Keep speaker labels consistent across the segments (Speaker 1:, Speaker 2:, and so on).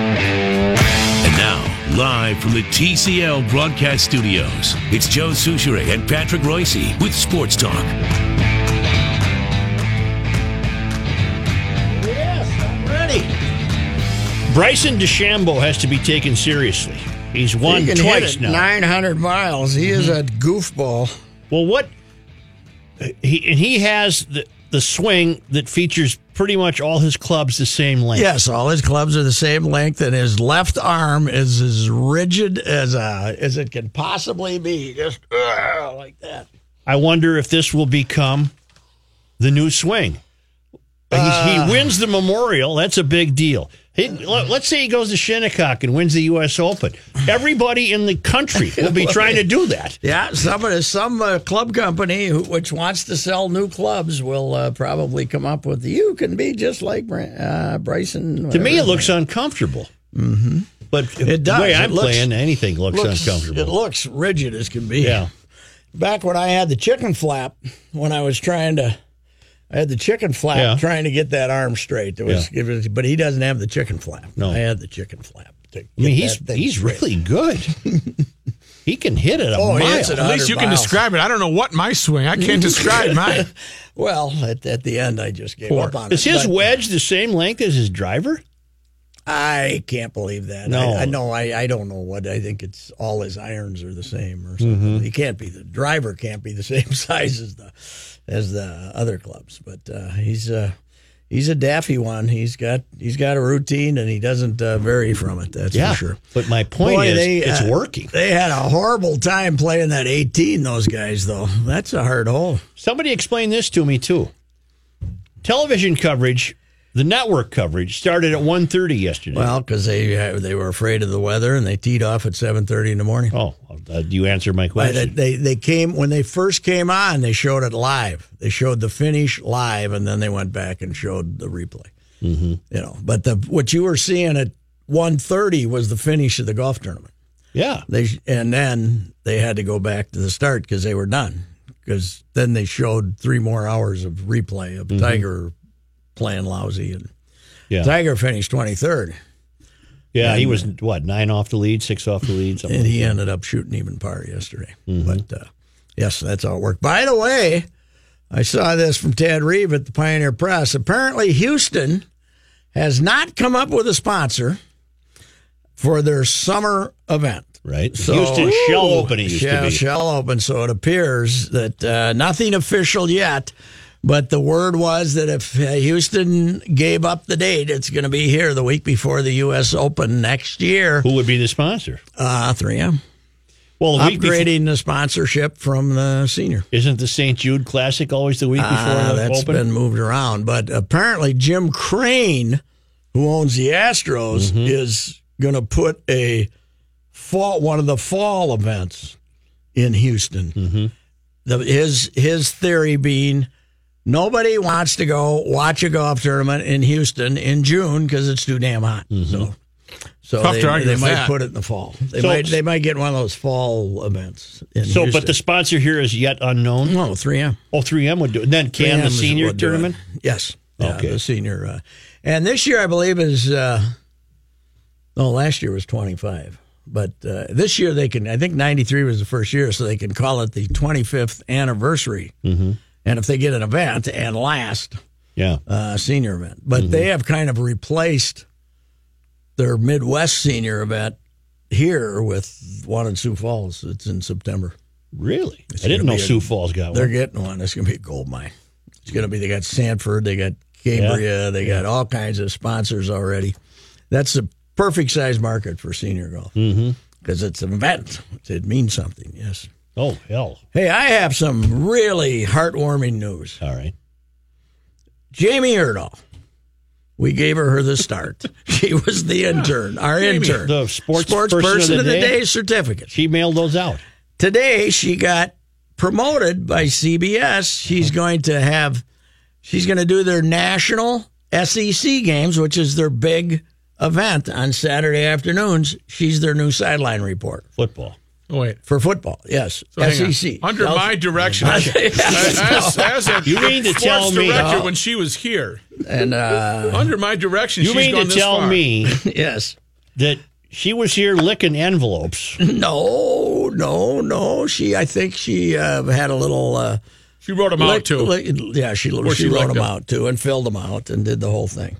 Speaker 1: And now, live from the TCL broadcast studios, it's Joe Souchere and Patrick Royce with Sports Talk.
Speaker 2: Yes, I'm ready. Bryson DeChambeau has to be taken seriously. He's won
Speaker 3: He can
Speaker 2: twice
Speaker 3: hit it
Speaker 2: now.
Speaker 3: 900 miles. He is a goofball.
Speaker 2: Well, what he and he has the the swing that features pretty much all his clubs the same length.
Speaker 3: Yes, all his clubs are the same length, and his left arm is as rigid as uh, as it can possibly be. Just uh, like that.
Speaker 2: I wonder if this will become the new swing.
Speaker 3: Uh.
Speaker 2: He's he wins the Memorial. That's a big deal. He, let- let's say he goes to Shinnecock and wins the U.S. Open. Everybody in the country will be trying to do that.
Speaker 3: Yeah, somebody, some uh, club company who, which wants to sell new clubs will uh, probably come up with you can be just like Bra- uh, Bryson.
Speaker 2: To me,
Speaker 3: whatever.
Speaker 2: it looks uncomfortable. Mm-hmm. But
Speaker 3: It
Speaker 2: the
Speaker 3: does.
Speaker 2: way
Speaker 3: It
Speaker 2: I'm
Speaker 3: looks-
Speaker 2: playing, anything looks, uncomfortable.
Speaker 3: It looks rigid as can be.
Speaker 2: yeah.
Speaker 3: back when I had the chicken flap, when I was trying to, I had the chicken flap
Speaker 2: Yeah.
Speaker 3: trying to get that arm straight. It was, it was- but he doesn't have the chicken flap.
Speaker 2: No.
Speaker 3: I had the chicken flap. to
Speaker 2: I mean,
Speaker 3: get
Speaker 2: he's
Speaker 3: that thing
Speaker 2: he's
Speaker 3: straight.
Speaker 2: really good. he can hit it a
Speaker 3: Oh, he
Speaker 2: mile.
Speaker 3: hits it
Speaker 4: At least
Speaker 3: 100
Speaker 4: you can
Speaker 3: miles.
Speaker 4: describe it. I don't know what my swing. I can't describe mine.
Speaker 3: Well, at, at the end, I just gave up on
Speaker 2: Is
Speaker 3: it.
Speaker 2: his
Speaker 3: but
Speaker 2: wedge the same length as his driver?
Speaker 3: I can't believe that.
Speaker 2: No.
Speaker 3: I, I know. I, I don't know what. I think it's all his irons are the same or
Speaker 2: Mm-hmm.
Speaker 3: something. He can't be the driver. Can't be the same size as the as the other clubs. But uh, he's uh, he's a daffy one. He's got he's got a routine and he doesn't uh, vary from it. That's for sure.
Speaker 2: But my point
Speaker 3: Boy,
Speaker 2: is,
Speaker 3: they,
Speaker 2: it's
Speaker 3: uh,
Speaker 2: working.
Speaker 3: They had a horrible time playing that 18. Those guys, though, that's a hard hole.
Speaker 2: Somebody explain this to me too. Television coverage, the network coverage started at 1.30 yesterday.
Speaker 3: Well, because they uh, they were afraid of the weather and they teed off at 7:30 in the morning.
Speaker 2: oh, uh, you answered my
Speaker 3: But
Speaker 2: question.
Speaker 3: they they came when they first came on. They showed it live. They showed the finish live, and then they went back and showed the replay. Mm-hmm. You know, but the what you were seeing at 1.30 was the finish of the golf tournament.
Speaker 2: yeah,
Speaker 3: They sh- and then they had to go back to the start because they were done. Because then they showed three more hours of replay of Tiger playing lousy, and
Speaker 2: Mm-hmm. yeah,
Speaker 3: Tiger finished 23rd,
Speaker 2: yeah. He was what nine off the lead, six off the lead. Something.
Speaker 3: and he ended up shooting even par yesterday.
Speaker 2: Mm-hmm.
Speaker 3: But uh, yes, that's how it worked. By the way, I saw this from Tad Reeve at the Pioneer Press. Apparently, Houston has not come up with a sponsor for their summer event.
Speaker 2: right.
Speaker 3: So-
Speaker 2: Houston Shell Open. It used
Speaker 3: Shell,
Speaker 2: to be.
Speaker 3: Shell Open. So it appears that uh, nothing official yet, but the word was that if uh, Houston gave up the date, it's going to be here the week before the U.S. Open next year.
Speaker 2: Who would be the sponsor?
Speaker 3: Uh, 3M
Speaker 2: Well, the week before-
Speaker 3: upgrading the sponsorship from the senior.
Speaker 2: Isn't the St. Jude Classic always the week before
Speaker 3: Uh,
Speaker 2: the
Speaker 3: that's
Speaker 2: Open?
Speaker 3: been moved around, but apparently Jim Crane, who owns the Astros, is going to put a fall one of the fall events in Houston. The, his his theory being nobody wants to go watch a golf tournament in Houston in June because it's too damn hot. So. So
Speaker 4: Tough
Speaker 3: they,
Speaker 4: to argue
Speaker 3: they
Speaker 4: with
Speaker 3: might
Speaker 4: that.
Speaker 3: put it in the fall. They
Speaker 2: So-
Speaker 3: might they might get one of those fall events. In
Speaker 2: so,
Speaker 3: Houston.
Speaker 2: but the sponsor here is yet unknown.
Speaker 3: no 3M.
Speaker 2: Oh, 3M would do it. And then can the
Speaker 3: Rams
Speaker 2: senior
Speaker 3: would do it.
Speaker 2: tournament?
Speaker 3: Yes. Yeah,
Speaker 2: Okay.
Speaker 3: The senior. Uh, and this year, I believe, is. Uh, no, last year was 25. But uh, this year, they can. I think 93 was the first year, so they can
Speaker 2: Mm-hmm.
Speaker 3: call it the 25th anniversary. And if they get an event and last,
Speaker 2: Yeah.
Speaker 3: uh, senior event, but
Speaker 2: Mm-hmm.
Speaker 3: they have kind of replaced their Midwest senior event here with one in Sioux Falls. It's in September.
Speaker 2: Really? I didn't
Speaker 3: gonna
Speaker 2: know
Speaker 3: be a-
Speaker 2: Sioux Falls got
Speaker 3: They're
Speaker 2: one.
Speaker 3: getting one. It's going to be a gold mine. It's going to be. They got Sanford. They got Cambria. They got all kinds of sponsors already. That's the perfect size market for senior golf
Speaker 2: Mm-hmm.
Speaker 3: because it's an event. It means something. Yes.
Speaker 2: Oh, hell.
Speaker 3: Hey, I have some really heartwarming news.
Speaker 2: All right.
Speaker 3: Jamie Erdahl. We gave her, her the start. she was the intern, our intern.
Speaker 2: the sports person of the day.
Speaker 3: certificate.
Speaker 2: She mailed those out.
Speaker 3: Today she got promoted by CBS. She's
Speaker 4: Mm-hmm.
Speaker 3: going to have she's going to do their national SEC games, which is their big event on Saturday afternoons. She's their new sideline report
Speaker 2: Football.
Speaker 4: Oh, wait.
Speaker 3: for football. Yes. E
Speaker 4: So hang on.
Speaker 3: SEC.
Speaker 4: Under
Speaker 3: Now,
Speaker 4: my direction. as, as a
Speaker 2: You mean to
Speaker 4: sports
Speaker 2: tell me-
Speaker 4: director
Speaker 2: Oh.
Speaker 4: when she was here.
Speaker 3: and uh
Speaker 4: Under my direction,
Speaker 2: You
Speaker 4: she's
Speaker 2: mean
Speaker 4: gone
Speaker 2: to
Speaker 4: this
Speaker 2: tell
Speaker 4: far.
Speaker 2: me
Speaker 3: yes.
Speaker 2: that she was here licking envelopes?
Speaker 3: No, no, no. She, I think she uh, had a little. Uh,
Speaker 4: She wrote them
Speaker 3: lick-
Speaker 4: out too.
Speaker 3: lick- yeah, she she,
Speaker 4: she
Speaker 3: wrote
Speaker 4: licked
Speaker 3: them
Speaker 4: them.
Speaker 3: out too and filled them out and did the whole thing.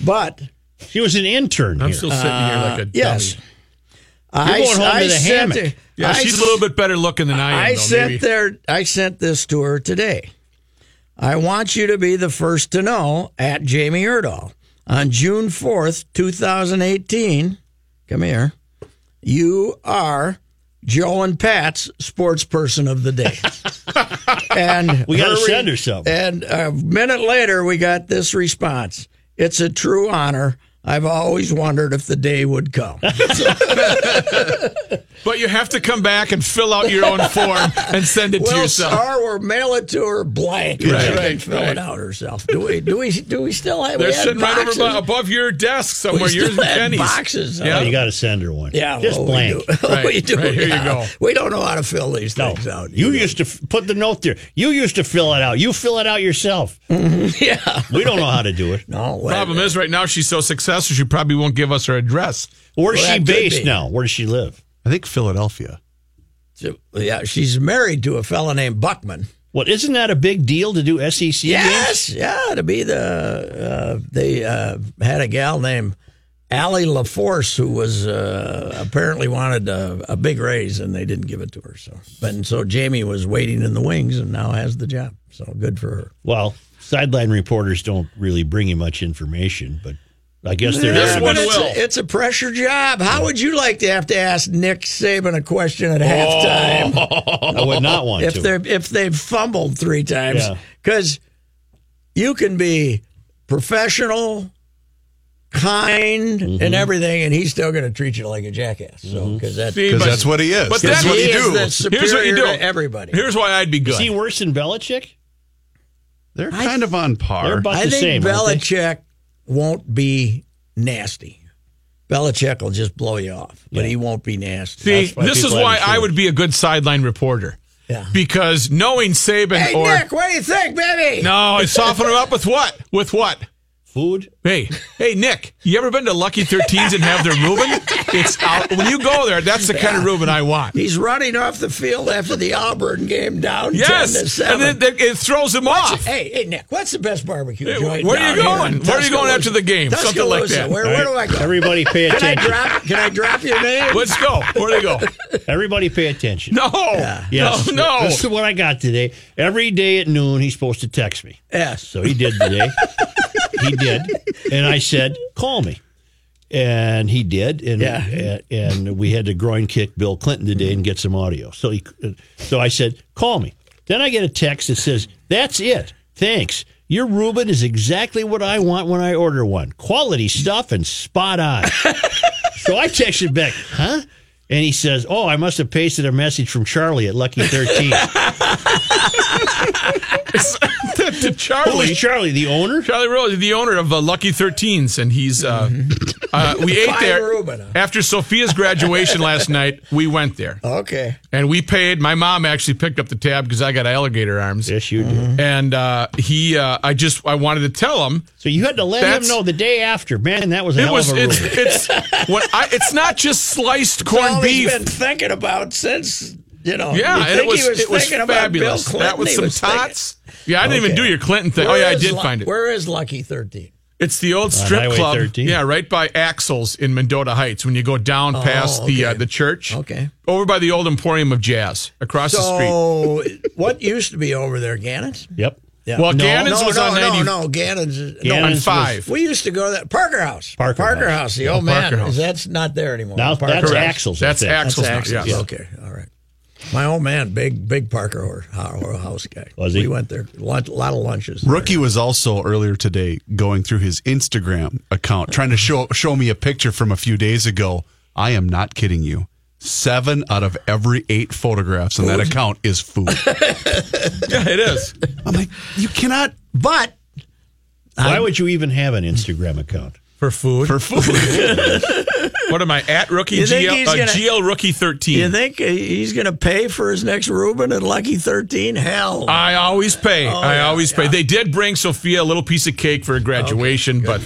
Speaker 3: But uh,
Speaker 2: She was an intern
Speaker 4: I'm
Speaker 2: here.
Speaker 4: still sitting here like a dummy.
Speaker 3: yes, I
Speaker 2: going home to the
Speaker 3: sent
Speaker 2: hammock.
Speaker 3: it-
Speaker 4: Yeah,
Speaker 3: I
Speaker 4: she's
Speaker 3: s-
Speaker 4: a little bit better looking than I am.
Speaker 3: I
Speaker 4: though,
Speaker 3: sent
Speaker 4: maybe.
Speaker 3: their I sent this to her today. I want you to be the first to know at Jamie Erdahl. On June 4th, 2018, come here, you are Joe and Pat's sports person of the day. and
Speaker 2: We gotta
Speaker 3: re-
Speaker 2: send her something.
Speaker 3: And a minute later, we got this response It's a true honor. I've always wondered if the day would come.
Speaker 4: But you have to come back and fill out your own form and send it to
Speaker 3: well,
Speaker 4: yourself.
Speaker 3: Or we'll mail it to her blank. and
Speaker 4: Right,
Speaker 3: she can
Speaker 4: right,
Speaker 3: fill it
Speaker 4: right.
Speaker 3: out herself. Do we? Do we? Do we still have?
Speaker 4: They're
Speaker 3: we had
Speaker 4: sitting
Speaker 3: boxes.
Speaker 4: right over above your desk
Speaker 3: We
Speaker 4: somewhere. Yours
Speaker 3: still
Speaker 4: and
Speaker 3: had
Speaker 4: Kenny's.
Speaker 3: boxes.
Speaker 2: Oh,
Speaker 4: Yeah.
Speaker 2: you got to send her one.
Speaker 3: Yeah,
Speaker 2: Just
Speaker 3: well,
Speaker 2: blank.
Speaker 3: We do. we
Speaker 4: Right,
Speaker 3: do
Speaker 4: right, here you
Speaker 3: now.
Speaker 4: go.
Speaker 3: We don't know how to fill these
Speaker 2: No.
Speaker 3: things out.
Speaker 2: You
Speaker 3: either.
Speaker 2: used to f- put the note there. You used to fill it out. You fill it out yourself.
Speaker 3: yeah.
Speaker 2: We don't know how to do it.
Speaker 3: No well,
Speaker 4: Problem is, right now she's so successful, she probably won't give us her address.
Speaker 2: Where's
Speaker 3: Well, that
Speaker 2: she
Speaker 3: could
Speaker 2: based
Speaker 3: be.
Speaker 2: now? Where does she live?
Speaker 4: I think Philadelphia.
Speaker 3: Yeah, she's married to a fellow named Buckman.
Speaker 2: What isn't that a big deal to do SEC games?
Speaker 3: Yes, yeah, to be the uh, they uh, had a gal named Allie LaForce who was uh, apparently wanted a, a big raise and they didn't give it to her. So, but and so Jamie was waiting in the wings and now has the job. So good for her.
Speaker 2: Well, sideline reporters don't really bring you much information, but I guess there
Speaker 4: This
Speaker 2: is.
Speaker 4: one
Speaker 3: it's,
Speaker 4: will.
Speaker 3: A, it's a pressure job. How would you like to have to ask Nick Saban a question at halftime
Speaker 2: I would not want
Speaker 3: if
Speaker 2: to.
Speaker 3: they if they've fumbled three times?
Speaker 2: Yeah.
Speaker 3: Because you can be professional, kind,
Speaker 2: Mm-hmm.
Speaker 3: and everything, and he's still going to treat you like a jackass. So because that
Speaker 4: Because that's what he is. But that's
Speaker 3: he
Speaker 4: what you
Speaker 3: is
Speaker 4: do.
Speaker 3: the superior
Speaker 4: Here's what you do.
Speaker 3: to everybody.
Speaker 4: Here's why I'd be good.
Speaker 2: is he worse than Belichick?
Speaker 5: They're kind of on par.
Speaker 2: They're about
Speaker 3: I
Speaker 2: the
Speaker 3: think
Speaker 2: same. aren't they?
Speaker 3: Belichick won't be nasty. Belichick will just blow you off, but he won't be nasty.
Speaker 4: See,
Speaker 2: That's why
Speaker 4: this is
Speaker 2: people
Speaker 4: why
Speaker 2: haven't
Speaker 4: I
Speaker 2: seen
Speaker 4: would be a good sideline reporter.
Speaker 3: Yeah.
Speaker 4: Because knowing Saban
Speaker 3: Hey
Speaker 4: or
Speaker 3: Nick, what do you think, baby?
Speaker 4: no, I soften him up with what? With what?
Speaker 2: Food?
Speaker 4: Hey, hey, Nick, you ever been to Lucky 13s and have their Reuben? It's out. When you go there, that's the kind of Reuben I want.
Speaker 3: He's running off the field after the Auburn game down 10 to
Speaker 4: Yes,
Speaker 3: 7.
Speaker 4: and then they- it throws him off.
Speaker 3: hey, hey, Nick, what's the best barbecue
Speaker 4: Hey,
Speaker 3: joint?
Speaker 4: where are you
Speaker 3: down here in
Speaker 4: going? Where are you going
Speaker 3: Tuscaloosa?
Speaker 4: after the game? Something like
Speaker 3: Tuscaloosa.
Speaker 4: that.
Speaker 3: Where, where do I go?
Speaker 2: Everybody pay
Speaker 3: can I
Speaker 2: attention.
Speaker 3: drop? Can I drop your name?
Speaker 4: Let's go. Where do they go?
Speaker 2: Everybody pay attention.
Speaker 4: No,
Speaker 2: Yes.
Speaker 4: no, no.
Speaker 2: This is what I got today. Every day at noon, he's supposed to text me.
Speaker 3: Yes.
Speaker 2: So he did today. he did. And I said, call me. And he did. And,
Speaker 3: Yeah.
Speaker 2: and, and we had to groin kick Bill Clinton today and get some audio. So he, so I said, call me. Then I get a text that says, that's it. Thanks. Your Reuben is exactly what I want when I order one. Quality stuff and spot on. so I texted back, huh? And he says, oh, I must have pasted a message from Charlie at Lucky 13.
Speaker 4: to, to
Speaker 2: Who
Speaker 4: Charlie.
Speaker 2: Oh, is Charlie, the owner?
Speaker 4: Charlie Rose, the owner of uh, Lucky 13s, and he's uh, uh, we ate
Speaker 3: Fine
Speaker 4: there
Speaker 3: Mm-hmm. Reuben, huh?
Speaker 4: after Sophia's graduation last night. We went there
Speaker 3: Okay.
Speaker 4: and we paid. My mom actually picked up the tab because I got alligator arms.
Speaker 2: Yes, you do.
Speaker 4: And uh, he, uh, I just, I wanted to tell him
Speaker 2: So you had to let
Speaker 4: That's-
Speaker 2: him know the day after, man. That was a
Speaker 4: it
Speaker 2: hell
Speaker 4: was
Speaker 2: of a
Speaker 4: it's
Speaker 2: room.
Speaker 4: it's what I, it's not just sliced corned
Speaker 3: All he's
Speaker 4: beef.
Speaker 3: been thinking about since You know,
Speaker 4: Yeah,
Speaker 3: you
Speaker 4: and it
Speaker 3: think
Speaker 4: was,
Speaker 3: he was
Speaker 4: it was
Speaker 3: thinking about Bill
Speaker 4: fabulous.
Speaker 3: Clinton,
Speaker 4: that was
Speaker 3: he
Speaker 4: some
Speaker 3: thinking-
Speaker 4: tots. Yeah, I didn't even
Speaker 3: Okay.
Speaker 4: do your Clinton thing. oh
Speaker 3: Where
Speaker 4: yeah, I
Speaker 3: is
Speaker 4: did
Speaker 3: Lu-
Speaker 4: find it.
Speaker 3: Where is Lucky Thirteen?
Speaker 4: It's the old strip
Speaker 2: Highway
Speaker 4: club.
Speaker 2: 13.
Speaker 4: Yeah, right by Axel's in Mendota Heights. When you go down past the uh,
Speaker 3: Oh, okay.
Speaker 4: the church,
Speaker 3: Okay.
Speaker 4: over by the old Emporium of Jazz, across the street.
Speaker 3: So, what used to be over there, Gannon's?
Speaker 2: Yep.
Speaker 3: Yeah.
Speaker 4: Well,
Speaker 3: no,
Speaker 4: Gannon's
Speaker 3: no,
Speaker 4: was
Speaker 3: no,
Speaker 4: on
Speaker 3: no,
Speaker 4: 90
Speaker 3: no, Gannon's. is-
Speaker 2: Gannon's
Speaker 4: on
Speaker 2: was-
Speaker 4: five.
Speaker 3: We used to go to that Parker House.
Speaker 2: Parker House.
Speaker 3: House. The old
Speaker 4: Parker
Speaker 3: man.
Speaker 4: House.
Speaker 3: That's not there anymore.
Speaker 2: Now
Speaker 3: Parker
Speaker 2: that's
Speaker 3: House.
Speaker 2: Axel's. I
Speaker 4: That's
Speaker 2: think.
Speaker 4: Axel's. now,
Speaker 3: Axel's.
Speaker 4: yes.
Speaker 3: Okay. All right. My old man, big big Parker Hor- Ho- House guy.
Speaker 2: Was he?
Speaker 3: We went there. A lot, lot of lunches. there.
Speaker 5: Rookie was also earlier today going through his Instagram account, trying to show show me a picture from a few days ago. I am not kidding you. Seven out of every eight photographs on that account is food.
Speaker 4: Yeah, it is.
Speaker 5: I'm like, you cannot
Speaker 3: But
Speaker 2: Why would you even have an Instagram account?
Speaker 4: For food.
Speaker 5: for food.
Speaker 4: What am I at? Rookie
Speaker 3: You think
Speaker 4: GL,
Speaker 3: he's
Speaker 4: uh,
Speaker 3: gonna-
Speaker 4: GL Rookie
Speaker 3: you
Speaker 4: 13.
Speaker 3: think he's going to pay for his next Reuben at Lucky Thirteen? Hell,
Speaker 4: I always pay.
Speaker 3: Oh,
Speaker 4: I always pay. They did bring Sophia a little piece of cake for her graduation, but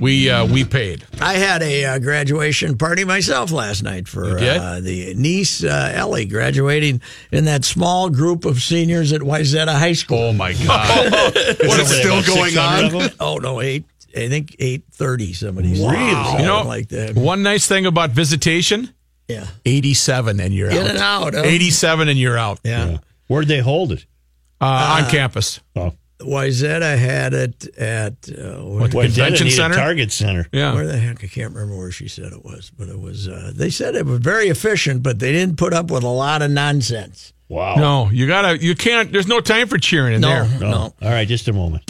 Speaker 4: we uh, we paid.
Speaker 3: I had a uh, graduation party myself last night for
Speaker 4: did?
Speaker 3: uh, the niece uh, Ellie graduating in that small group of seniors at Wyzetta High School.
Speaker 5: oh my god!
Speaker 2: What
Speaker 5: is still going on?
Speaker 3: Oh no, eight. I think eight thirty. Somebody said. Something
Speaker 4: You know,
Speaker 3: like that.
Speaker 4: one nice thing about visitation,
Speaker 3: Yeah,
Speaker 4: 87 and you're
Speaker 3: in
Speaker 4: out.
Speaker 3: and out. Huh?
Speaker 4: 87 and you're out.
Speaker 3: Yeah.
Speaker 2: Uh, Where'd they hold it?
Speaker 4: Uh,
Speaker 3: Ah.
Speaker 4: on campus.
Speaker 2: Oh,
Speaker 3: Wyzetta had it at uh, where,
Speaker 2: Boy, did it
Speaker 4: Convention
Speaker 2: need a
Speaker 4: Center?
Speaker 2: Target Center.
Speaker 4: Yeah.
Speaker 3: where the heck? I can't remember where she said it was, but it was. Uh, they said it was very efficient, but they didn't put up with a lot of nonsense.
Speaker 2: Wow.
Speaker 4: No, you gotta. You can't. There's no time for cheering in there.
Speaker 3: no. no.
Speaker 2: All right, just a moment.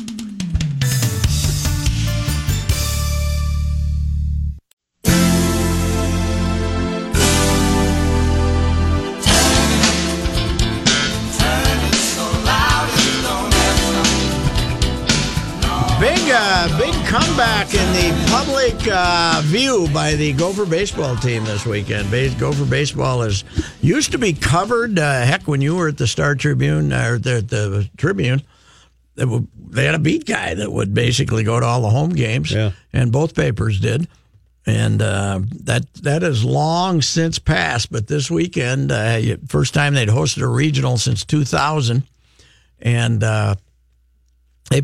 Speaker 3: Big, uh, big comeback in the public uh, view by the Gopher baseball team this weekend. Base, Gopher baseball is used to be covered. Uh, heck, when you were at the Star Tribune uh, or the, the Tribune, they, would, they had a beat guy that would basically go to all the home games,
Speaker 2: Yeah.
Speaker 3: and both papers did. And uh, that that is long since passed. But this weekend, uh, you- first time they'd hosted a regional since 2000, and. Uh, they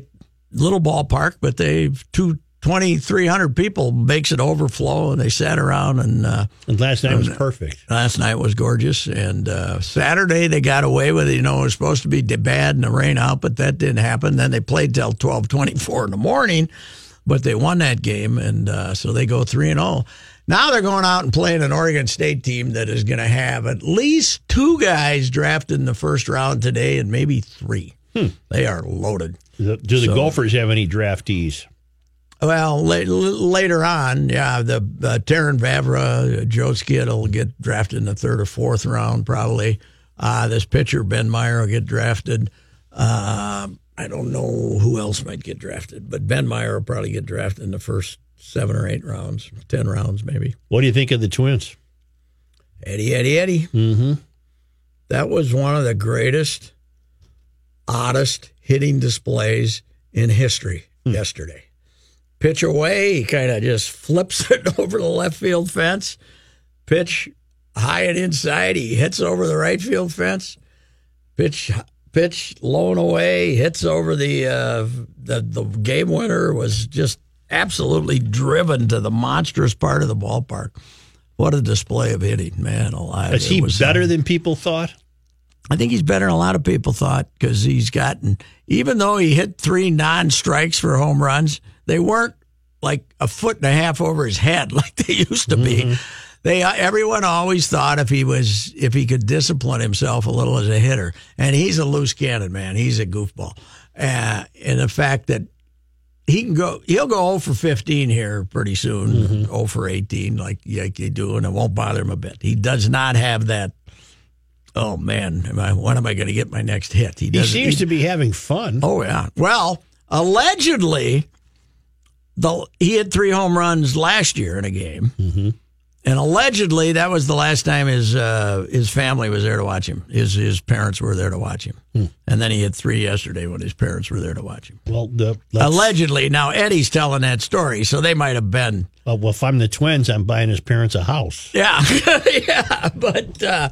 Speaker 3: little ballpark, but they two twenty three hundred people makes it overflow, and they sat around. And uh,
Speaker 2: And last night was perfect.
Speaker 3: last night was gorgeous, and uh, Saturday they got away with it. You know, it was supposed to be de- bad and the rain out, but that didn't happen. Then they played till twelve twenty four in the morning, but they won that game, and uh, so they go three and zero. Now they're going out and playing an Oregon State team that is going to have at least two guys drafted in the first round today, and maybe three. They are loaded.
Speaker 2: The- Do the Gophers have any draftees?
Speaker 3: Well, la- l- later on, yeah, the uh, Taryn Vavra, uh, Joe Skid will get drafted in the third or fourth round, probably. Uh, this pitcher, Ben Meyer, will get drafted. Uh, I don't know who else might get drafted, but Ben Meyer will probably get drafted in the first seven or eight rounds, 10 rounds maybe.
Speaker 2: What do you think of the Twins?
Speaker 3: Eddie, Eddie, Eddie. Mm-hmm. That was one of the greatest, oddest hitting displays in history
Speaker 2: Hmm.
Speaker 3: yesterday. Pitch away, he kind of just flips it over the left field fence. Pitch high and inside, he hits over the right field fence. Pitch, pitch low and away, hits over the uh, the the game winner was just absolutely driven to the monstrous part of the ballpark. What a display of hitting, man! Alive.
Speaker 2: Is
Speaker 3: It
Speaker 2: he
Speaker 3: was, uh,
Speaker 2: better than people thought?
Speaker 3: I think he's better than a lot of people thought because he's gotten, even though he hit three non strikes for home runs, they weren't like a foot and a half over his head like they used to
Speaker 2: Mm-hmm.
Speaker 3: be. They uh, everyone always thought if he was if he could discipline himself a little as a hitter, and he's a loose cannon man. He's a goofball, uh, and the fact that he can go he'll go 0 for 15 here pretty soon
Speaker 2: Mm-hmm.
Speaker 3: 0 for 18 like like they do and it won't bother him a bit he does not have that oh man am I, when am i going to get my next hit
Speaker 2: He
Speaker 3: doesn't-
Speaker 2: seems to be having fun.
Speaker 3: oh yeah well allegedly the he hit three home runs last year in a game and allegedly that was the last time his uh, his family was there to watch him his his parents were there to watch him and then he hit three yesterday when his parents were there to watch him
Speaker 2: Well, the, let's-
Speaker 3: Allegedly, now Eddie's telling that story, so they might have been.
Speaker 2: uh, well, if I'm the Twins, I'm buying his parents a house.
Speaker 3: Yeah, yeah, but uh,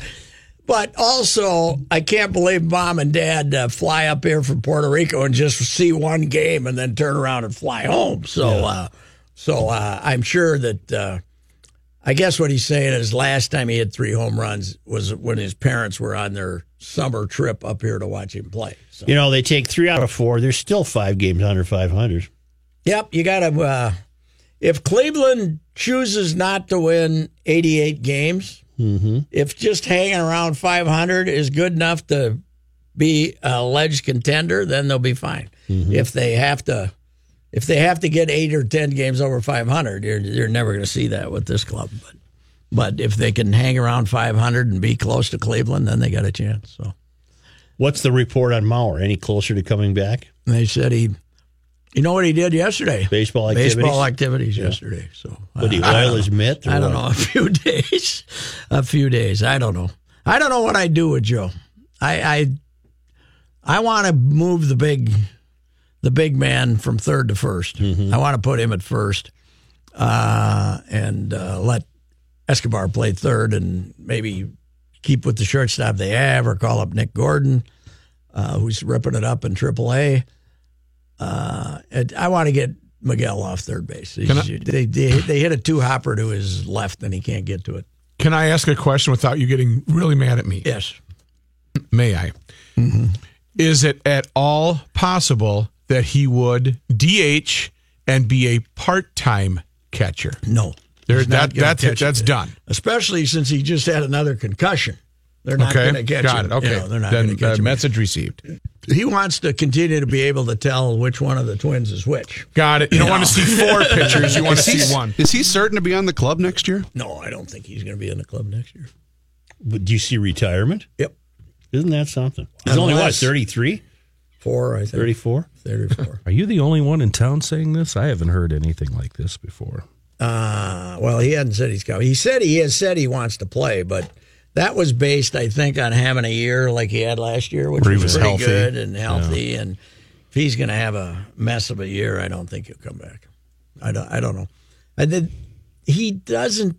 Speaker 3: But also, I can't believe mom and dad uh, fly up here from Puerto Rico and just see one game and then turn around and fly home. So, uh, so uh, I'm sure that uh, I guess what he's saying is last time he had three home runs was when his parents were on their summer trip up here to watch him play. So,
Speaker 2: You know, they take three out of four. There's still five games under 500.
Speaker 3: yep, you got to. Uh, if Cleveland chooses not to win 88 games, if just hanging around 500 is good enough to be a alleged contender, then they'll be fine. If they have to, if they have to get eight or 10 games over 500, you're you're never going to see that with this club. But but if they can hang around 500 and be close to Cleveland, then they got a chance. So.
Speaker 2: What's the report on Maurer? Any closer to coming back?
Speaker 3: And they said he, you know what he did yesterday?
Speaker 2: Baseball activities?
Speaker 3: Baseball activities yesterday. So uh,
Speaker 2: Would he
Speaker 3: I- I
Speaker 2: oil
Speaker 3: don't
Speaker 2: his
Speaker 3: know.
Speaker 2: mitt? or
Speaker 3: I don't
Speaker 2: what?
Speaker 3: know. A few days. A few days. I don't know. I don't know what I do with Joe. I I, I want to move the big, the big man from third to 1st
Speaker 2: Mm-hmm.
Speaker 3: I want to put him at first, uh, and uh, let Escobar play third, and maybe keep with the shortstop they have, or call up Nick Gordon, uh, who's ripping it up in AAA. Uh, and I want to get Miguel off third base. He's- they, they, they hit a two hopper to his left, and he can't get to it.
Speaker 4: Can I ask a question without you getting really mad at me?
Speaker 3: Yes.
Speaker 4: May I?
Speaker 3: Mm-hmm.
Speaker 4: Is it at all possible that he would DH and be a part-time catcher?
Speaker 3: No.
Speaker 4: There,
Speaker 3: He's not
Speaker 4: that,
Speaker 3: gonna
Speaker 4: that's
Speaker 3: catch
Speaker 4: it. That's done.
Speaker 3: Especially since he just had another concussion. They're not
Speaker 4: okay,
Speaker 3: going to catch
Speaker 4: got
Speaker 3: him.
Speaker 4: it. Okay,
Speaker 3: You know, they're not
Speaker 4: then
Speaker 3: going to catch
Speaker 4: uh,
Speaker 3: him.
Speaker 4: message received.
Speaker 3: He wants to continue to be able to tell which one of the twins is which.
Speaker 4: Got it. You don't want to see four pitchers. You want to see one.
Speaker 5: Is he certain to be on the club next year?
Speaker 3: No, I don't think he's going to be in the club next year.
Speaker 2: But do you see retirement?
Speaker 3: Yep.
Speaker 2: Isn't that something? He's only what,
Speaker 3: Unless-
Speaker 2: 33?
Speaker 3: Four, I think.
Speaker 2: 34?
Speaker 3: 34.
Speaker 6: Are you the only one in town saying this? I haven't heard anything like this before.
Speaker 3: Uh, well, he hadn't said he's coming. He said he has said he wants to play, but that was based, I think, on having a year like he had last year, which
Speaker 5: Where he
Speaker 3: was,
Speaker 5: was
Speaker 3: pretty
Speaker 5: healthy.
Speaker 3: good and healthy. And if he's going to have a mess of a year, I don't think he'll come back. I don't. I don't know. And then he doesn't.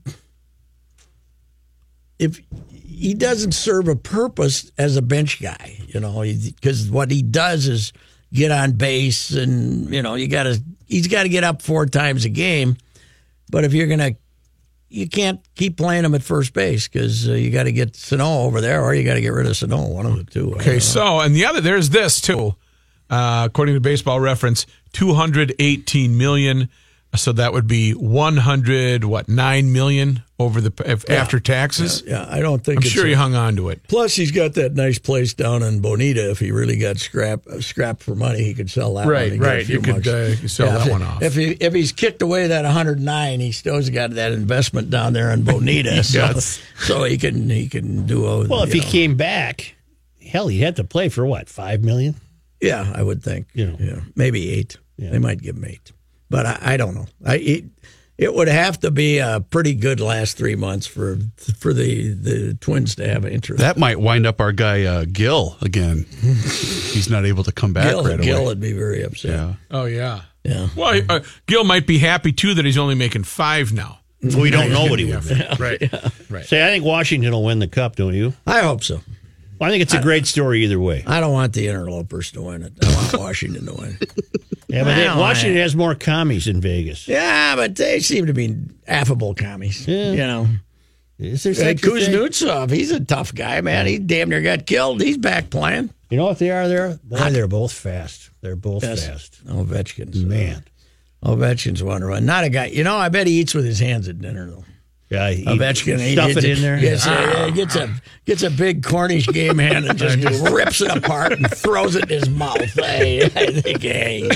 Speaker 3: If he doesn't serve a purpose as a bench guy, you know, because what he does is get on base, and you know, you got to. He's got to get up four times a game. But if you're gonna, you can't keep playing him at first base because uh, you got to get Sano over there, or you got to get rid of Sano. One of the two.
Speaker 4: Okay, so and the other there's this too. Uh, according to Baseball Reference, 218 million. So that would be 100 what 9 million over the if, after taxes.
Speaker 3: yeah, I don't think.
Speaker 4: I'm
Speaker 3: it's
Speaker 4: sure
Speaker 3: a-
Speaker 4: he hung on to it.
Speaker 3: Plus, he's got that nice place down in Bonita. If he really got scrap uh, scrapped for money, he could sell that.
Speaker 4: Right,
Speaker 3: one and get a
Speaker 4: right.
Speaker 3: few
Speaker 4: You could,
Speaker 3: bucks.
Speaker 4: uh, you could sell that
Speaker 3: if-
Speaker 4: one off.
Speaker 3: If he if he's kicked away that 109, he still's got that investment down there in Bonita. so,
Speaker 4: Yes.
Speaker 3: so he can he can do. all-
Speaker 2: Well, if
Speaker 3: you
Speaker 2: he
Speaker 3: know.
Speaker 2: came back, hell, he'd have to play for what, $5 million?
Speaker 3: Yeah, I would think.
Speaker 2: You know.
Speaker 3: Yeah, maybe eight. They might give him eight, but I, I don't know. I it, it would have to be a pretty good last three months for for the the Twins to have interest.
Speaker 5: That might wind up our guy uh, Gill again. He's not able to come back
Speaker 3: Gil,
Speaker 5: right
Speaker 3: Gil
Speaker 5: away.
Speaker 3: would be very upset.
Speaker 5: Yeah.
Speaker 4: Oh yeah.
Speaker 3: Yeah.
Speaker 4: Well, uh, Gil might be happy too that he's only making five now.
Speaker 3: Mm-hmm.
Speaker 2: We don't know what he would do.
Speaker 4: Right.
Speaker 2: Say, I think Washington will win the cup, don't you?
Speaker 3: I hope so.
Speaker 2: Well, I think it's a great story either way.
Speaker 3: I don't want the interlopers to win it. I want Washington to win.
Speaker 2: Yeah, but they-
Speaker 3: Wow,
Speaker 2: Washington has more commies in Vegas.
Speaker 3: Yeah, but they seem to be affable commies.
Speaker 2: Yeah.
Speaker 3: You know,
Speaker 2: Is there such a
Speaker 3: Hey,
Speaker 2: thing?
Speaker 3: Kuznetsov, he's a tough guy, man. He damn near got killed. He's back playing.
Speaker 2: You know what they are there? Boy, they're both fast. They're both fast.
Speaker 3: Oh, Ovechkin's uh,
Speaker 2: Man.
Speaker 3: Ovechkin's one run. Not a guy. You know, I bet he eats with his hands at dinner though.
Speaker 2: Yeah, he-
Speaker 3: Ovechkin he
Speaker 2: stuff
Speaker 3: gets
Speaker 2: it
Speaker 3: a-
Speaker 2: in there.
Speaker 3: Gets a, gets a gets a big Cornish game hand and just rips it apart and throws it in his mouth. Hey, I think hey,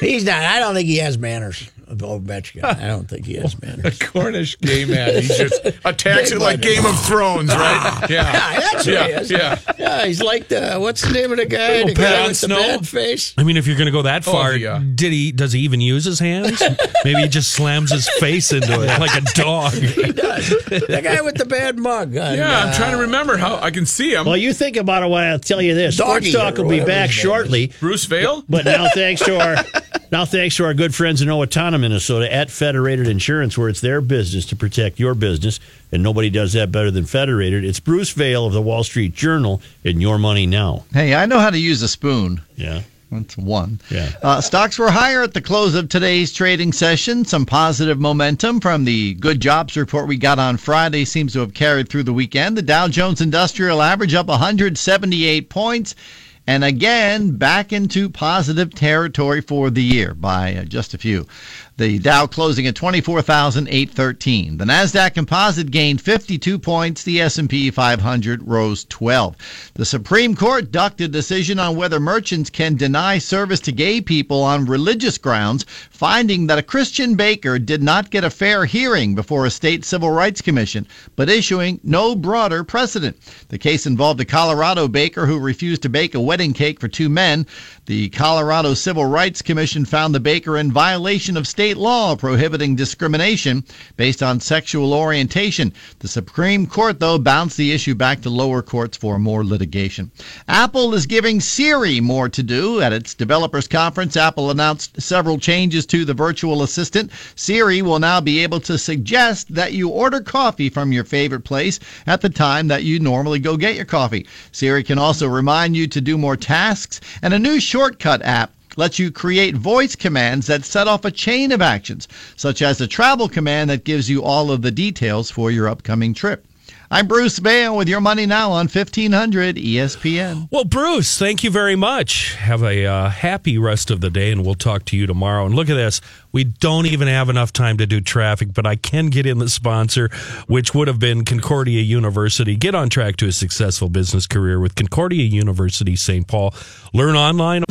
Speaker 3: he's not. I don't think he has manners. Ovechkin. I don't think he has manners.
Speaker 4: Cornish game man. He's just attacks it like Game of Thrones, right?
Speaker 3: Yeah,
Speaker 4: Yeah.
Speaker 3: that's what he
Speaker 4: Yeah,
Speaker 3: is.
Speaker 4: yeah.
Speaker 3: yeah. He's like the what's the name of the guy? The
Speaker 4: Pat
Speaker 3: guy
Speaker 4: on
Speaker 3: with the
Speaker 4: Snow?
Speaker 3: bad face. Oh,
Speaker 6: I mean, if you're going to go that far,
Speaker 4: yeah.
Speaker 6: did he? Does he even use his hands? Maybe he just slams his face into it like a dog.
Speaker 3: He does. the guy with the bad mug. on,
Speaker 4: Yeah,
Speaker 3: uh,
Speaker 4: I'm trying to remember how I can see him.
Speaker 2: Well, you think about it while I'll tell you this.
Speaker 3: Doggy
Speaker 2: Sports Talk
Speaker 3: or
Speaker 2: will be
Speaker 3: whatever
Speaker 2: back
Speaker 3: his name
Speaker 2: shortly,
Speaker 4: Bruce Vail?
Speaker 2: but now thanks to our Now, thanks to our good friends in Owatonna, Minnesota, at Federated Insurance, where it's their business to protect your business, and nobody does that better than Federated. It's Bruce Vail of the Wall Street Journal and Your Money Now.
Speaker 7: Hey, I know how to use a spoon.
Speaker 2: Yeah.
Speaker 7: That's one.
Speaker 2: Yeah.
Speaker 7: Uh, stocks were higher at the close of today's trading session. Some positive momentum from the good jobs report we got on Friday seems to have carried through the weekend. The Dow Jones Industrial Average up 178 points. And again, back into positive territory for the year by uh, just a few. The Dow closing at 24,813. The Nasdaq Composite gained 52 points. The S&P 500 rose 12. The Supreme Court ducked a decision on whether merchants can deny service to gay people on religious grounds, finding that a Christian baker did not get a fair hearing before a state civil rights commission, but issuing no broader precedent. The case involved a Colorado baker who refused to bake a wedding cake for two men. The Colorado Civil Rights Commission found the baker in violation of state law prohibiting discrimination based on sexual orientation. The Supreme Court, though, bounced the issue back to lower courts for more litigation. Apple is giving Siri more to do. At its developers conference, Apple announced several changes to the virtual assistant. Siri will now be able to suggest that you order coffee from your favorite place at the time that you normally go get your coffee. Siri can also remind you to do more tasks, and a new shortcut app lets you create voice commands that set off a chain of actions, such as a travel command that gives you all of the details for your upcoming trip. I'm Bruce Vail with your money now on 1500 ESPN.
Speaker 6: Well, Bruce, thank you very much. Have a uh, happy rest of the day, and we'll talk to you tomorrow. And look at this. We don't even have enough time to do traffic, but I can get in the sponsor, which would have been Concordia University. Get on track to a successful business career with Concordia University St. Paul. Learn online.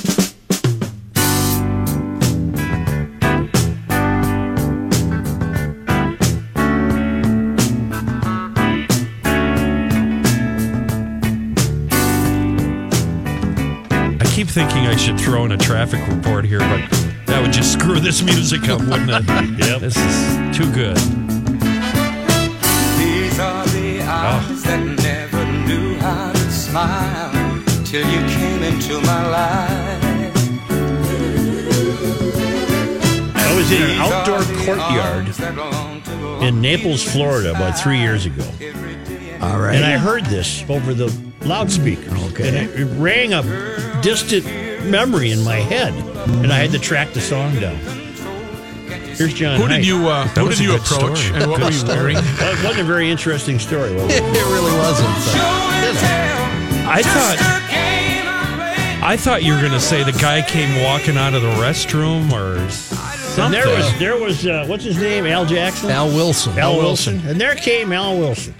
Speaker 6: I keep thinking I should throw in a traffic report here, but that would just screw this music up, wouldn't it? yep. This is too good.
Speaker 8: These are the
Speaker 5: Oh.
Speaker 8: eyes that never knew how to smile till you came into my life.
Speaker 2: I was in an outdoor courtyard
Speaker 8: Arms that long to belong
Speaker 2: in Naples, Florida, about three years ago.
Speaker 3: All right.
Speaker 2: And I heard this over the loudspeakers.
Speaker 3: Okay.
Speaker 2: And it, it rang a distant memory in my head. And I had to track the song down. Here's John.
Speaker 4: Who did
Speaker 2: Haidt.
Speaker 4: you uh,
Speaker 6: That
Speaker 4: Who
Speaker 6: was
Speaker 4: did
Speaker 6: a
Speaker 4: you
Speaker 6: good
Speaker 4: approach,
Speaker 6: story.
Speaker 4: and what were you wearing?
Speaker 2: Well, it wasn't a very interesting story. was it?
Speaker 7: It really wasn't.
Speaker 6: I thought I thought you were going to say the guy came walking out of the restroom or
Speaker 2: And
Speaker 6: something.
Speaker 2: there was there was uh, what's his name? Al Jackson.
Speaker 3: Al Wilson.
Speaker 2: Al Wilson. Hmm. And there came Al Wilson.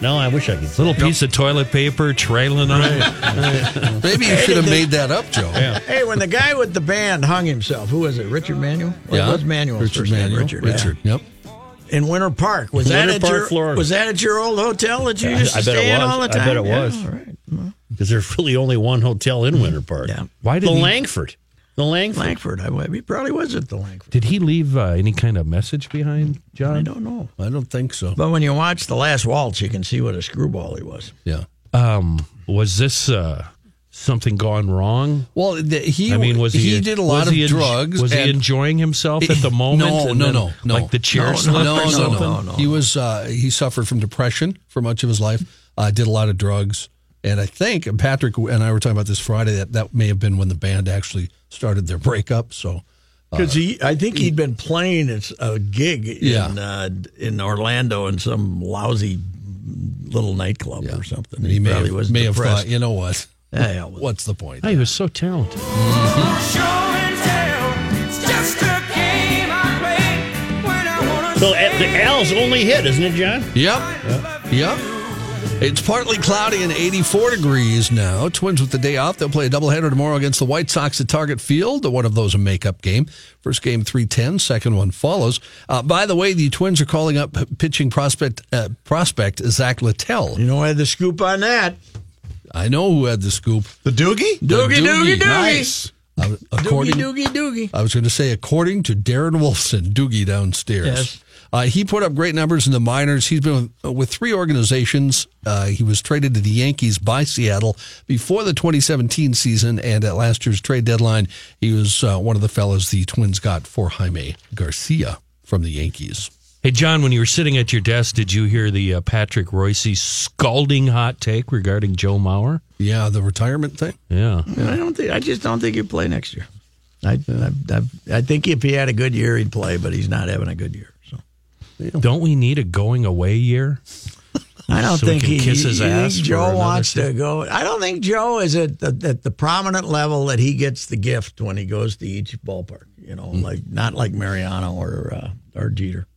Speaker 2: No, I wish I could.
Speaker 6: little piece of toilet paper trailing on it.
Speaker 9: Maybe you should have made that up, Joe.
Speaker 3: Hey, when the guy with the band hung himself, who was it? Richard Manuel? Or It was Manuel's
Speaker 9: Richard
Speaker 3: first name,
Speaker 9: Manuel.
Speaker 3: Richard. yeah.
Speaker 9: Richard. Yep.
Speaker 3: In Winter Park. Was that
Speaker 2: Winter
Speaker 3: at
Speaker 2: Park,
Speaker 3: your
Speaker 2: Florida.
Speaker 3: Was that at your old hotel that you
Speaker 2: Yeah,
Speaker 3: used to
Speaker 2: I bet it
Speaker 3: stay in
Speaker 2: was.
Speaker 3: all the
Speaker 2: I
Speaker 3: time?
Speaker 2: bet it was.
Speaker 3: Yeah, all right.
Speaker 2: Because there's really only one hotel in Winter Park.
Speaker 3: Yeah.
Speaker 6: Why
Speaker 2: the
Speaker 6: did he-
Speaker 2: Langford? The Langford.
Speaker 3: Langford. I, he probably was at the Langford.
Speaker 6: Did he leave uh, any kind of message behind,
Speaker 3: I
Speaker 2: Hmm.
Speaker 6: John?
Speaker 3: don't know.
Speaker 9: I don't think so.
Speaker 3: But when you watch The Last Waltz, you can see what a screwball he was.
Speaker 9: Yeah.
Speaker 6: Um, was this uh, something gone wrong?
Speaker 9: Well, the, he.
Speaker 6: I mean, was he?
Speaker 9: did a lot
Speaker 6: was
Speaker 9: of
Speaker 6: he en-
Speaker 9: drugs.
Speaker 6: Was he
Speaker 9: and-
Speaker 6: enjoying himself at the moment?
Speaker 9: No,
Speaker 6: and
Speaker 9: no,
Speaker 6: then,
Speaker 9: no, no.
Speaker 6: Like the chair
Speaker 9: no,
Speaker 6: slipped
Speaker 9: no,
Speaker 6: or
Speaker 9: no,
Speaker 6: something?
Speaker 9: No, no, He was. Uh, he suffered from depression for much of his life. Uh, did a lot of drugs, and I think and Patrick and I were talking about this Friday that that may have been when the band actually started their breakup. So
Speaker 3: Because he, I think he'd been playing as a gig
Speaker 9: Uh, Yeah.
Speaker 3: in uh, in Orlando in some lousy little nightclub or something.
Speaker 9: he may
Speaker 3: probably
Speaker 9: have,
Speaker 3: was
Speaker 9: may have
Speaker 3: depressed.
Speaker 9: thought, you know what?
Speaker 3: Yeah, yeah, well,
Speaker 9: What's the point?
Speaker 6: Oh, he was so talented.
Speaker 2: So at the Al's only hit, isn't it, John?
Speaker 9: Yep. Yep. It's partly cloudy and 84 degrees now. Twins with the day off. They'll play a doubleheader tomorrow against the White Sox at Target Field. One of those a makeup game. First game 310, second one follows. Uh, by the way, the Twins are calling up pitching prospect uh, prospect Zach Littell.
Speaker 3: you know, I had the scoop on that.
Speaker 9: I know who had the scoop.
Speaker 5: The Doogie?
Speaker 9: Doogie, Doogie, Doogie. Uh, according, Uh,
Speaker 3: Doogie, doogie, doogie.
Speaker 9: I was going to say, according to Darren Wolfson, Doogie downstairs.
Speaker 3: Yes.
Speaker 9: Uh, he put up great numbers in the minors. He's been with, uh, with three organizations. Uh, he was traded to the Yankees by Seattle before the 2017 season, and at last year's trade deadline, he was uh, one of the fellas the Twins got for Jaime Garcia from the Yankees.
Speaker 6: Hey, John, when you were sitting at your desk, did you hear the uh, Patrick Royce scalding hot take regarding Joe Mauer?
Speaker 9: Yeah, the retirement thing.
Speaker 6: Yeah.
Speaker 3: I don't think. I just don't think he'd play next year. I, I, I, I think if he had a good year, he'd play, but he's not having a good year. So
Speaker 6: Don't we need a going away year?
Speaker 3: I don't
Speaker 6: So we
Speaker 3: think
Speaker 6: can
Speaker 3: he
Speaker 6: kiss his
Speaker 3: you think
Speaker 6: ass. for
Speaker 3: Joe
Speaker 6: another
Speaker 3: wants
Speaker 6: se-
Speaker 3: to go. I don't think Joe is at the, at the prominent level that he gets the gift when he goes to each ballpark. You know,
Speaker 6: Hmm.
Speaker 3: like not like Mariano or uh, or Jeter.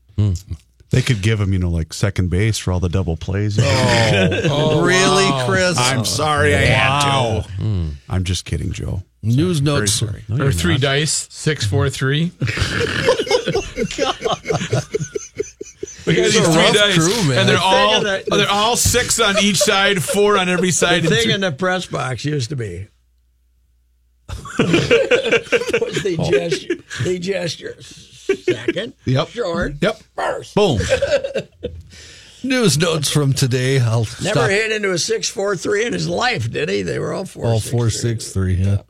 Speaker 5: They could give him, you know, like second base for all the double plays.
Speaker 9: Oh. really, Chris?
Speaker 5: I'm sorry, I had
Speaker 4: Wow.
Speaker 5: to. I'm just kidding, Joe.
Speaker 9: News
Speaker 5: Very
Speaker 9: notes.
Speaker 5: sorry.
Speaker 4: or three dice, six, four, three. We got
Speaker 9: It's
Speaker 4: these
Speaker 9: a
Speaker 4: three
Speaker 9: rough
Speaker 4: dice,
Speaker 9: crew, man.
Speaker 4: and they're
Speaker 9: The thing
Speaker 4: all
Speaker 3: of that-
Speaker 4: they're all six on each side, four on every side.
Speaker 3: The
Speaker 4: and
Speaker 3: thing
Speaker 4: three-
Speaker 3: in the press box used to be. was the gesture? The gesture. Second.
Speaker 9: Yep.
Speaker 3: Short.
Speaker 9: Yep.
Speaker 3: First.
Speaker 9: Boom. News notes from today. I'll
Speaker 3: Never
Speaker 9: stop
Speaker 3: hit into a six four three in his life, did he? They were all four.
Speaker 9: all
Speaker 3: six.
Speaker 9: four six three. Yeah.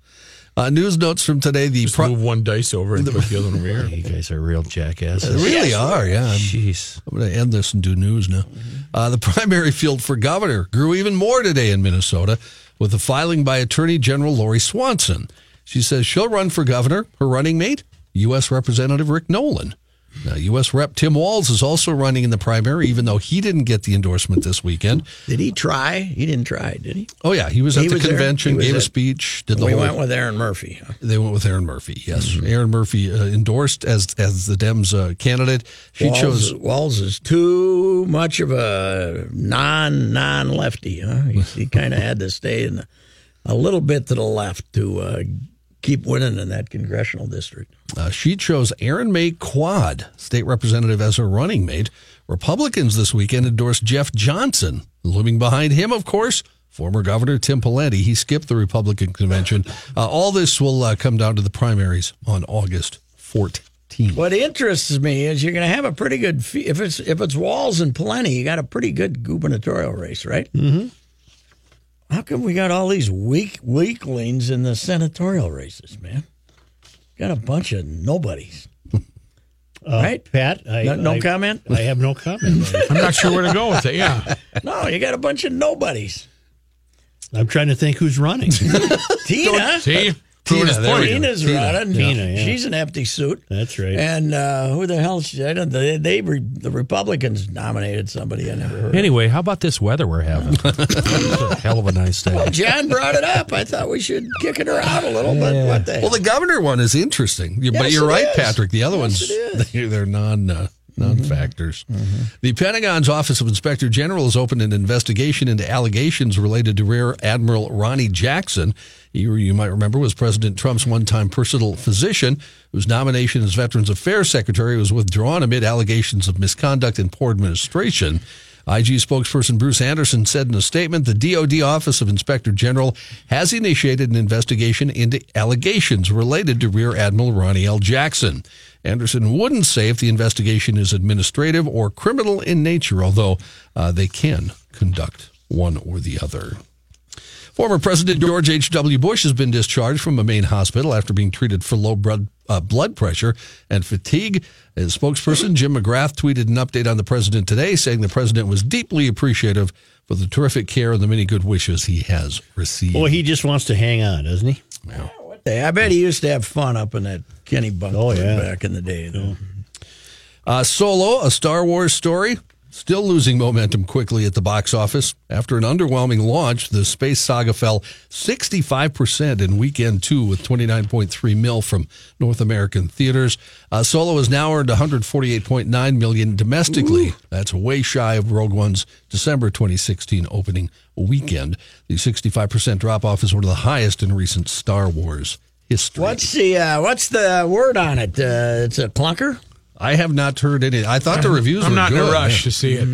Speaker 9: Uh, news notes from today. The
Speaker 4: Just
Speaker 9: pro-
Speaker 4: move one dice over and put the other one over here.
Speaker 6: You guys are real
Speaker 9: They
Speaker 6: jackasses.
Speaker 9: really are. Yeah. I'm-
Speaker 6: Jeez.
Speaker 9: I'm going to end this and do news now.
Speaker 5: Mm-hmm.
Speaker 9: Uh, the primary field for governor grew even more today in Minnesota with the filing by Attorney General Lori Swanson. She says she'll run for governor. Her running mate, U.S. Representative Rick Nolan. Now, U.S. Rep Tim Walz is also running in the primary, even though he didn't get the endorsement this weekend.
Speaker 3: Did he try? He didn't try, did he?
Speaker 9: Oh yeah, he was at
Speaker 3: He
Speaker 9: the
Speaker 3: was there?
Speaker 9: convention,
Speaker 3: He was
Speaker 9: gave a
Speaker 3: at-
Speaker 9: speech, did the
Speaker 3: we
Speaker 9: whole.
Speaker 3: went with Aaron Murphy. huh?
Speaker 9: they went with Aaron Murphy. Yes,
Speaker 5: Mm-hmm.
Speaker 9: Aaron Murphy uh, endorsed as as the Dems uh, candidate. She
Speaker 3: Walls,
Speaker 9: chose
Speaker 3: Walls is too much of a non non lefty. Huh? He, he kind of had to stay in the, a little bit to the left to uh, keep winning in that congressional district.
Speaker 9: Uh, she chose Aaron May Quad, state representative, as her running mate. Republicans this weekend endorsed Jeff Johnson. Looming behind him, of course, former Governor Tim Pawlenty. He skipped the Republican convention. Uh, all this will uh, come down to the primaries on August 14th.
Speaker 3: What interests me is you're going to have a pretty good fe- if it's if it's Walls and Plenty, you got a pretty good gubernatorial race, right? Mm-hmm. How come we got all these weak weaklings in the senatorial races, man? Got a bunch of nobodies, right?
Speaker 2: Pat, I,
Speaker 3: No- no
Speaker 2: I-
Speaker 3: comment?
Speaker 2: I have no comment.
Speaker 4: I'm not sure where to go with it. Yeah,
Speaker 3: No, you got a bunch of nobodies.
Speaker 2: I'm trying to think who's running.
Speaker 3: Tina.
Speaker 4: see, proving his
Speaker 9: Tina, there we
Speaker 4: point.
Speaker 9: go.
Speaker 3: Tina's
Speaker 9: Tina.
Speaker 3: running.
Speaker 2: Tina, yeah.
Speaker 3: She's an empty suit.
Speaker 2: That's right.
Speaker 3: And uh, who the hell? She, I don't. They, they re, the Republicans nominated somebody. I never heard. of.
Speaker 6: Anyway, how about this weather we're having? It's a hell of a nice day.
Speaker 3: John brought it up. I thought we should kick it around a little, but what the hell?
Speaker 9: Well, the governor one is interesting, but
Speaker 3: Yes,
Speaker 9: you're
Speaker 3: it
Speaker 9: right,
Speaker 3: is.
Speaker 9: Patrick. The other ones, they're non uh, non factors.
Speaker 3: Mm-hmm.
Speaker 9: The Pentagon's Office of Inspector General has opened an investigation into allegations related to Rear Admiral Ronnie Jackson. He, you might remember, was President Trump's one-time personal physician, whose nomination as Veterans Affairs Secretary was withdrawn amid allegations of misconduct and poor administration. IG spokesperson Bruce Anderson said in a statement the DoD Office of Inspector General has initiated an investigation into allegations related to Rear Admiral Ronnie L. Jackson. Anderson wouldn't say if the investigation is administrative or criminal in nature, although uh, they can conduct one or the other. Former President George H.W. Bush has been discharged from a main hospital after being treated for low blood, uh, blood pressure and fatigue. His spokesperson, Jim McGrath, tweeted an update on the president today, saying the president was deeply appreciative for the terrific care and the many good wishes he has received.
Speaker 2: Boy, he just wants to hang on, doesn't he?
Speaker 3: Hey, I bet he used to have fun up in that Kenny bunk
Speaker 2: Oh, yeah.
Speaker 3: back in the day. Though.
Speaker 9: Uh, Solo, a Star Wars story, still losing momentum quickly at the box office. After an underwhelming launch, the space saga fell 65% in weekend two with 29.3 mil from North American theaters. Uh, Solo has now earned 148.9 million domestically. That's way shy of Rogue One's December 2016 opening weekend. The 65% drop off is one of the highest in recent Star Wars history.
Speaker 3: What's the uh, what's the word on it? Uh, it's a clunker.
Speaker 9: I have not heard any. I thought the reviews
Speaker 4: I'm
Speaker 9: were
Speaker 4: not in
Speaker 9: good.
Speaker 4: a rush to see it.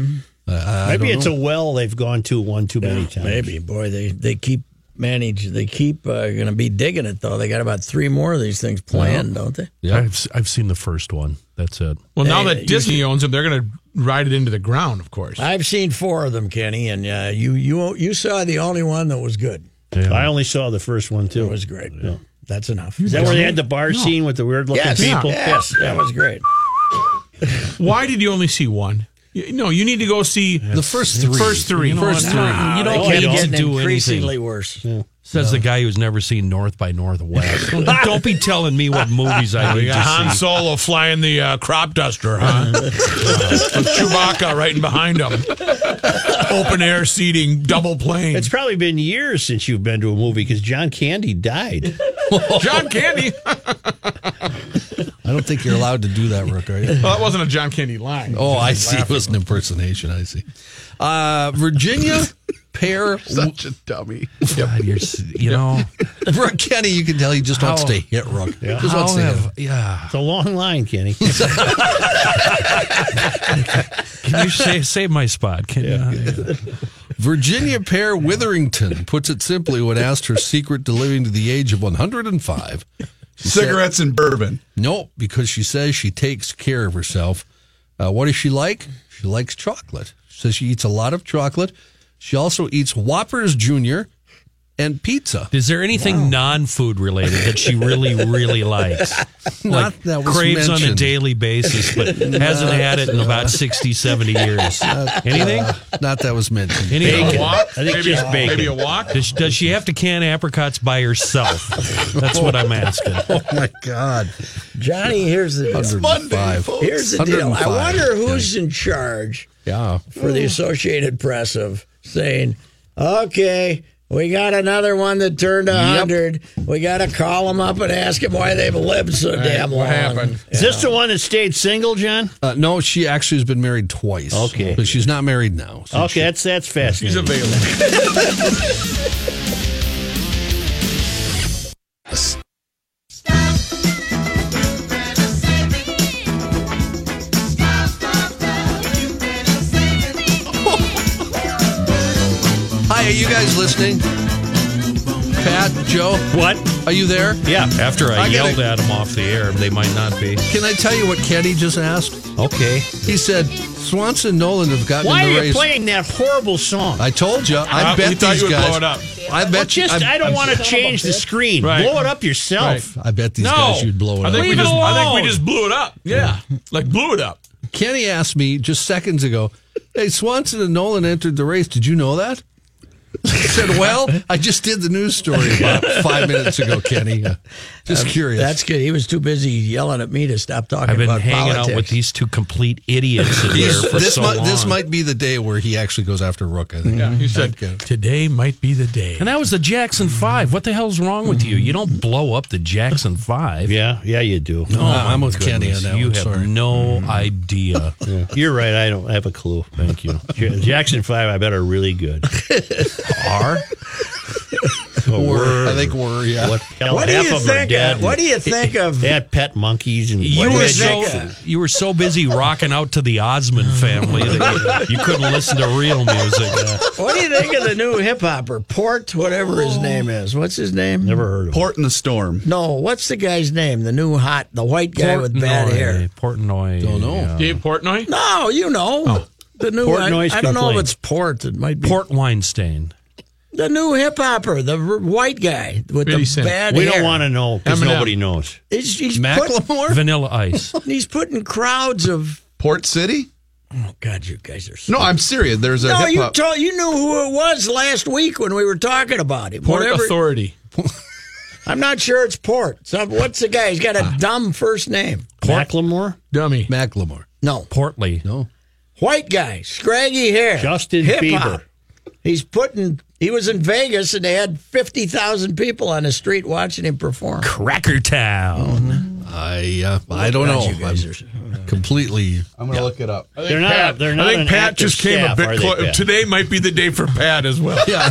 Speaker 2: Maybe it's a well they've gone to one too many times.
Speaker 3: Maybe boy, they they keep manage. They keep uh, going to be digging it though. They got about three more of these things planned, don't they?
Speaker 6: Yeah, I've, s- I've seen the first one. That's it.
Speaker 4: Well, now
Speaker 3: Hey,
Speaker 4: that Disney owns them, they're going to ride it into the ground, of course.
Speaker 3: I've seen four of them, Kenny, and uh, you you you saw the only one that was good.
Speaker 2: I only saw the first one too. It
Speaker 3: was great. That's enough.
Speaker 2: Is that where they had the bar
Speaker 3: No.
Speaker 2: scene with the weird looking
Speaker 3: Yes.
Speaker 2: people?
Speaker 3: Yeah. Yes, that was great.
Speaker 4: Why did you only see one? You- No, you need to go see
Speaker 6: The first three.
Speaker 4: First three.
Speaker 6: You know what? Nah, You don't they need
Speaker 3: getting
Speaker 6: to do
Speaker 3: increasingly
Speaker 6: anything.
Speaker 3: worse.
Speaker 6: Says the guy who's never seen North by Northwest. don't, don't be telling me what movies I
Speaker 4: We
Speaker 6: need
Speaker 4: got Han
Speaker 9: Uh-huh.
Speaker 6: to see.
Speaker 4: Solo flying the uh, crop duster, huh? With Chewbacca right in behind him. Open air seating, double plane.
Speaker 2: It's probably been years since you've been to a movie because John Candy died.
Speaker 4: John Candy.
Speaker 9: I don't think you're allowed to do that, Rook, are you?
Speaker 4: Well, that wasn't a John Candy line.
Speaker 9: Oh, I
Speaker 4: Just
Speaker 9: see. It
Speaker 4: laughing.
Speaker 9: was an impersonation. I see. Uh, Virginia pair.
Speaker 5: Such a dummy.
Speaker 6: God, you're s- you know,
Speaker 9: Rook Kenny, you can tell he just wants
Speaker 6: How-
Speaker 9: to hit Rook.
Speaker 2: Yeah.
Speaker 9: Just wants
Speaker 6: how
Speaker 9: to hit.
Speaker 6: have-
Speaker 9: him.
Speaker 6: yeah.
Speaker 2: It's a long line, Kenny.
Speaker 6: Can you say, save my spot? Can you? uh,
Speaker 9: Virginia Pear Witherington puts it simply when asked her secret to living to the age of 105. She said-
Speaker 5: Cigarettes and bourbon.
Speaker 9: No, because she says she takes care of herself. Uh, what does she like? She likes chocolate. She says she eats a lot of chocolate. She also eats Whoppers Jr. and pizza.
Speaker 6: Is there anything non-food related that she really, really likes?
Speaker 9: Not
Speaker 6: like
Speaker 9: that was
Speaker 6: craves on a
Speaker 9: mentioned.
Speaker 6: daily basis, but hasn't had it in about 60, 70 years. Anything?
Speaker 9: Uh, not that was mentioned.
Speaker 6: Anything?
Speaker 4: A walk?
Speaker 2: I think
Speaker 4: maybe,
Speaker 2: just
Speaker 4: a,
Speaker 2: bacon.
Speaker 4: maybe a walk?
Speaker 6: Does, does she have to can apricots by herself? That's what I'm asking.
Speaker 9: Oh my God.
Speaker 3: Johnny, here's the deal.
Speaker 9: 105.
Speaker 3: Here's the deal. I
Speaker 9: 105.
Speaker 3: wonder who's in charge
Speaker 9: Yeah.
Speaker 3: for the Associated Press of saying, okay, we got another one that turned 100. We got to call them up and ask them why they've lived so damn long.
Speaker 4: what happened?
Speaker 2: Is this the one that stayed single, John?
Speaker 9: Uh, no, she actually has been married twice.
Speaker 2: Okay.
Speaker 9: But she's not married now. So
Speaker 2: Okay, that's that's
Speaker 4: He's
Speaker 2: fascinating.
Speaker 4: available.
Speaker 9: Hi, are you guys listening? Pat, Joe,
Speaker 2: What?
Speaker 9: are you there?
Speaker 2: Yeah.
Speaker 6: After I,
Speaker 9: I gotta-
Speaker 6: yelled at him off the air, they might not be.
Speaker 9: Can I tell you what Kenny just asked?
Speaker 6: Okay.
Speaker 9: He said Swanson and Nolan have gotten
Speaker 2: Why
Speaker 9: in the
Speaker 2: are you
Speaker 9: race.
Speaker 2: playing that horrible song?
Speaker 9: I told you. I
Speaker 4: Uh,
Speaker 9: bet
Speaker 4: you thought
Speaker 9: these
Speaker 4: you would
Speaker 9: guys.
Speaker 4: blow it up.
Speaker 9: I bet
Speaker 2: Well,
Speaker 9: you.
Speaker 2: just I, don't want to change the screen.
Speaker 4: Right.
Speaker 2: Blow it up yourself.
Speaker 9: I bet these guys you'd blow it
Speaker 4: I
Speaker 9: up.
Speaker 4: think, we
Speaker 2: Leave it
Speaker 4: just, I think
Speaker 2: alone.
Speaker 4: we just blew it up. Yeah. Like blew it up.
Speaker 9: Kenny asked me just seconds ago. Hey, Swanson and Nolan entered the race. Did you know that? I said, "Well, I just did the news story about five minutes ago, Kenny. Uh, just curious."
Speaker 3: That's good. He was too busy yelling at me to stop talking
Speaker 6: I've been
Speaker 3: about
Speaker 6: hanging
Speaker 3: politics.
Speaker 6: out with these two complete idiots in there
Speaker 9: He's-
Speaker 6: for
Speaker 9: this
Speaker 6: so
Speaker 9: might
Speaker 6: long.
Speaker 9: this might be the day where he actually goes after Rook. I think.
Speaker 4: Yeah. You said
Speaker 9: Okay.
Speaker 4: today might be the day.
Speaker 6: and that was the Jackson Five. What the hell's wrong with you? You don't blow up the Jackson Five.
Speaker 2: Yeah, yeah, you do.
Speaker 9: No, Oh, I'm with Kenny on
Speaker 6: Goodness,
Speaker 9: that.
Speaker 6: you
Speaker 9: one.
Speaker 6: have
Speaker 9: Sorry. Mm-hmm.
Speaker 6: no idea.
Speaker 2: You're right. I don't have a clue. Thank you. Ja- Jackson Five. I bet are really good.
Speaker 6: Are
Speaker 2: Or were.
Speaker 9: I think we're yeah.
Speaker 2: What, hell,
Speaker 3: What do
Speaker 2: half
Speaker 3: you
Speaker 2: of 'em are
Speaker 3: think?
Speaker 2: dead.
Speaker 3: Of, what do you think of?
Speaker 2: They had pet monkeys and
Speaker 6: you were
Speaker 2: What-
Speaker 6: so you were so busy rocking out to the Osmond family that you, you couldn't listen to real music.
Speaker 3: What do you think of the new hip hopper Port, whatever his name is? What's his name?
Speaker 2: Never heard of. it.
Speaker 5: Port in the storm.
Speaker 3: No, what's the guy's name? The new hot, the white guy with bad
Speaker 6: Portnoy,
Speaker 3: hair.
Speaker 6: Portnoy. uh,
Speaker 9: Don't know.
Speaker 6: yeah.
Speaker 4: Dave Portnoy?
Speaker 3: No, Oh, you know
Speaker 2: Oh.
Speaker 3: the new. I,
Speaker 2: Portnoy's
Speaker 3: I don't know if
Speaker 2: complaint.
Speaker 3: it's Port. It might be
Speaker 6: Port Weinstein.
Speaker 3: the new hip hopper, the r- white guy with
Speaker 4: 50
Speaker 3: the
Speaker 4: Cent.
Speaker 3: bad
Speaker 2: We
Speaker 3: hair.
Speaker 2: don't want to know because
Speaker 4: Eminem.
Speaker 2: nobody knows.
Speaker 3: He's, he's, put,
Speaker 9: Macklemore?
Speaker 6: Vanilla Ice.
Speaker 3: he's putting crowds of.
Speaker 5: Port City?
Speaker 3: Oh God, you guys are. So,
Speaker 5: No, I'm serious. There's a
Speaker 3: no,
Speaker 5: hip
Speaker 3: you
Speaker 5: hop.
Speaker 3: told you knew who it was last week when we were talking about him.
Speaker 4: Port
Speaker 3: Whatever-
Speaker 4: Authority.
Speaker 3: I'm not sure it's Port. Some, what's the guy? He's got a dumb first name.
Speaker 2: Macklemore,
Speaker 4: Dummy.
Speaker 9: Macklemore.
Speaker 3: No,
Speaker 6: Portly.
Speaker 9: No.
Speaker 3: white guy, scraggy hair,
Speaker 2: Justin Bieber.
Speaker 3: hip-hop. He's putting. He was in Vegas and they had fifty thousand people on the street watching him perform.
Speaker 6: Crackertown.
Speaker 9: I uh, I don't know.
Speaker 3: God, you guys
Speaker 9: I'm-
Speaker 3: are-
Speaker 9: completely.
Speaker 5: I'm going to look it up.
Speaker 2: I think They're not- Pat- they're not
Speaker 4: I think
Speaker 2: an
Speaker 4: Pat
Speaker 2: active
Speaker 4: just came
Speaker 2: staff,
Speaker 4: a
Speaker 2: are
Speaker 4: bit
Speaker 2: they,
Speaker 4: close.
Speaker 2: Pat?
Speaker 4: Today might be the day for Pat as well.
Speaker 9: Yeah.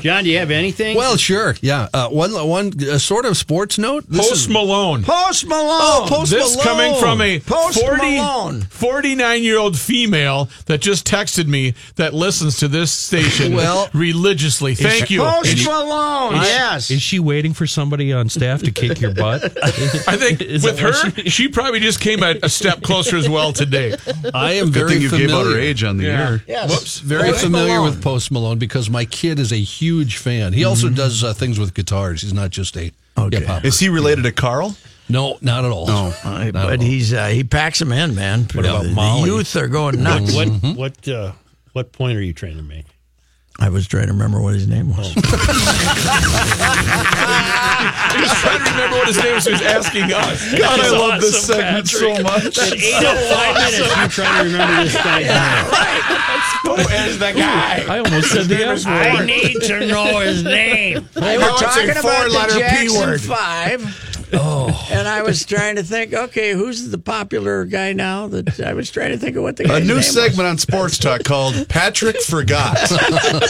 Speaker 2: John, do you have anything?
Speaker 9: Well, sure. Yeah. Uh, one one uh, sort of sports note.
Speaker 4: Post Malone.
Speaker 3: Post Malone.
Speaker 9: Oh, Post
Speaker 4: this
Speaker 9: Malone.
Speaker 4: coming from a
Speaker 9: Post
Speaker 4: 40,
Speaker 9: Malone.
Speaker 4: 49 year old female that just texted me that listens to this station
Speaker 9: Well-
Speaker 4: religiously. Thank you.
Speaker 3: Post
Speaker 4: Oh,
Speaker 3: Malone.
Speaker 6: Is she-
Speaker 3: Yes.
Speaker 6: Is she waiting for somebody on staff to kick your butt?
Speaker 4: I think
Speaker 6: Is
Speaker 4: with
Speaker 6: that what
Speaker 4: her, she, probably just came a, a step closer as well today.
Speaker 9: I am
Speaker 5: Good
Speaker 9: very
Speaker 5: thing you
Speaker 9: familiar.
Speaker 5: gave out her age on the
Speaker 4: Yeah.
Speaker 5: air.
Speaker 3: Yes.
Speaker 4: Whoops.
Speaker 9: Very
Speaker 3: Post
Speaker 9: familiar
Speaker 3: Malone.
Speaker 9: with Post Malone because my kid is a huge fan. He also does uh, things with guitars. He's not just a
Speaker 3: Okay.
Speaker 9: hip hop.
Speaker 5: Mm-hmm. Is he related to Carl?
Speaker 9: No, not at all.
Speaker 5: No.
Speaker 3: All right, Oh, but he's uh, he packs them in, man. What
Speaker 9: about
Speaker 3: the,
Speaker 9: Molly?
Speaker 3: The youth are going nuts.
Speaker 2: what what uh, what point are you trying to make?
Speaker 3: I was trying to remember what his name was.
Speaker 4: I just trying to remember what his name was. He was asking us.
Speaker 5: God, I
Speaker 2: That's
Speaker 5: love this
Speaker 2: awesome,
Speaker 5: segment so much.
Speaker 2: At eight oh five minutes, you trying to remember this guy.
Speaker 4: Who is the guy?
Speaker 6: I almost said the F word.
Speaker 2: I need to know his name.
Speaker 3: They were
Speaker 4: Now it's a
Speaker 3: talking about
Speaker 4: four-letter
Speaker 3: the
Speaker 4: P
Speaker 3: Jackson
Speaker 4: word.
Speaker 3: Five. Oh, and I was trying to think. Okay, who's the popular guy now? That I was trying to think of what the
Speaker 5: A
Speaker 3: guy's
Speaker 5: new
Speaker 3: name
Speaker 5: segment on Sports Talk called Patrick Forgot.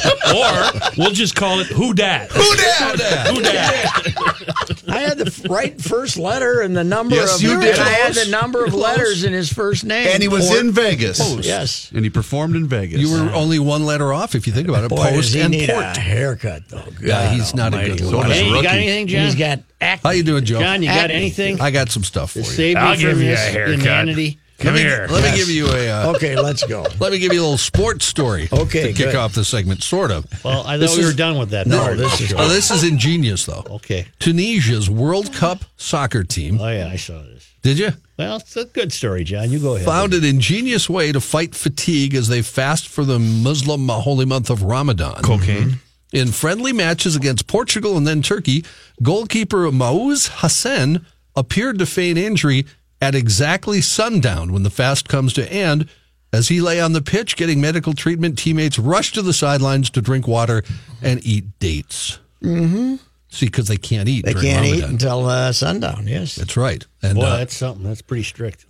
Speaker 6: or we'll just call it Who Dat. Who Dat? Who Dat?
Speaker 3: Was. I had the f- right first letter and the number
Speaker 5: Yes,
Speaker 3: of.
Speaker 5: you
Speaker 3: and
Speaker 5: did.
Speaker 3: I had the
Speaker 5: Close.
Speaker 3: number of letters in his first name.
Speaker 5: and he was
Speaker 3: Or-
Speaker 5: in Vegas.
Speaker 3: Yes.
Speaker 5: And he performed in Vegas.
Speaker 9: You were only one letter off if you think about it.
Speaker 3: Boy,
Speaker 9: Post
Speaker 3: does he
Speaker 9: and
Speaker 3: need
Speaker 9: port.
Speaker 3: a haircut though.
Speaker 9: Yeah, he's not a
Speaker 3: almighty.
Speaker 9: good looker.
Speaker 2: Hey, you got
Speaker 5: rookie.
Speaker 2: anything, John?
Speaker 3: He's got act.
Speaker 9: How you doing, Joe?
Speaker 2: John, you got
Speaker 3: Acne.
Speaker 2: anything?
Speaker 9: I got some stuff for
Speaker 2: to
Speaker 9: you.
Speaker 2: save me
Speaker 6: I'll
Speaker 2: from
Speaker 6: give you a
Speaker 2: this
Speaker 6: haircut.
Speaker 2: inanity.
Speaker 6: Come
Speaker 9: let me,
Speaker 6: here.
Speaker 9: Let me give you a. Uh,
Speaker 3: Okay, let's go.
Speaker 9: Let me give you a little sports story.
Speaker 3: Okay,
Speaker 9: to kick
Speaker 3: good.
Speaker 9: off the segment, sort of.
Speaker 2: Well, I
Speaker 9: This
Speaker 2: thought we
Speaker 9: is-
Speaker 2: were done with that.
Speaker 9: No,
Speaker 2: part.
Speaker 9: this is oh, this is ingenious though.
Speaker 2: Okay.
Speaker 9: Tunisia's World Cup soccer team.
Speaker 2: Oh yeah, I saw this.
Speaker 9: Did you?
Speaker 2: Well, it's a good story, John. You go ahead.
Speaker 9: Found an ingenious way to fight fatigue as they fast for the Muslim holy month of Ramadan.
Speaker 6: Cocaine.
Speaker 9: In friendly matches against Portugal and then Turkey, goalkeeper Maouz Hassan appeared to feign injury at exactly sundown when the fast comes to end. As he lay on the pitch getting medical treatment, teammates rushed to the sidelines to drink water and eat dates. Mm-hmm. See, because they can't eat.
Speaker 3: They
Speaker 9: during
Speaker 3: can't eat
Speaker 9: Ramadan.
Speaker 3: until uh, sundown. Yes.
Speaker 9: That's right. And
Speaker 2: Boy,
Speaker 9: uh,
Speaker 2: that's something. That's pretty strict.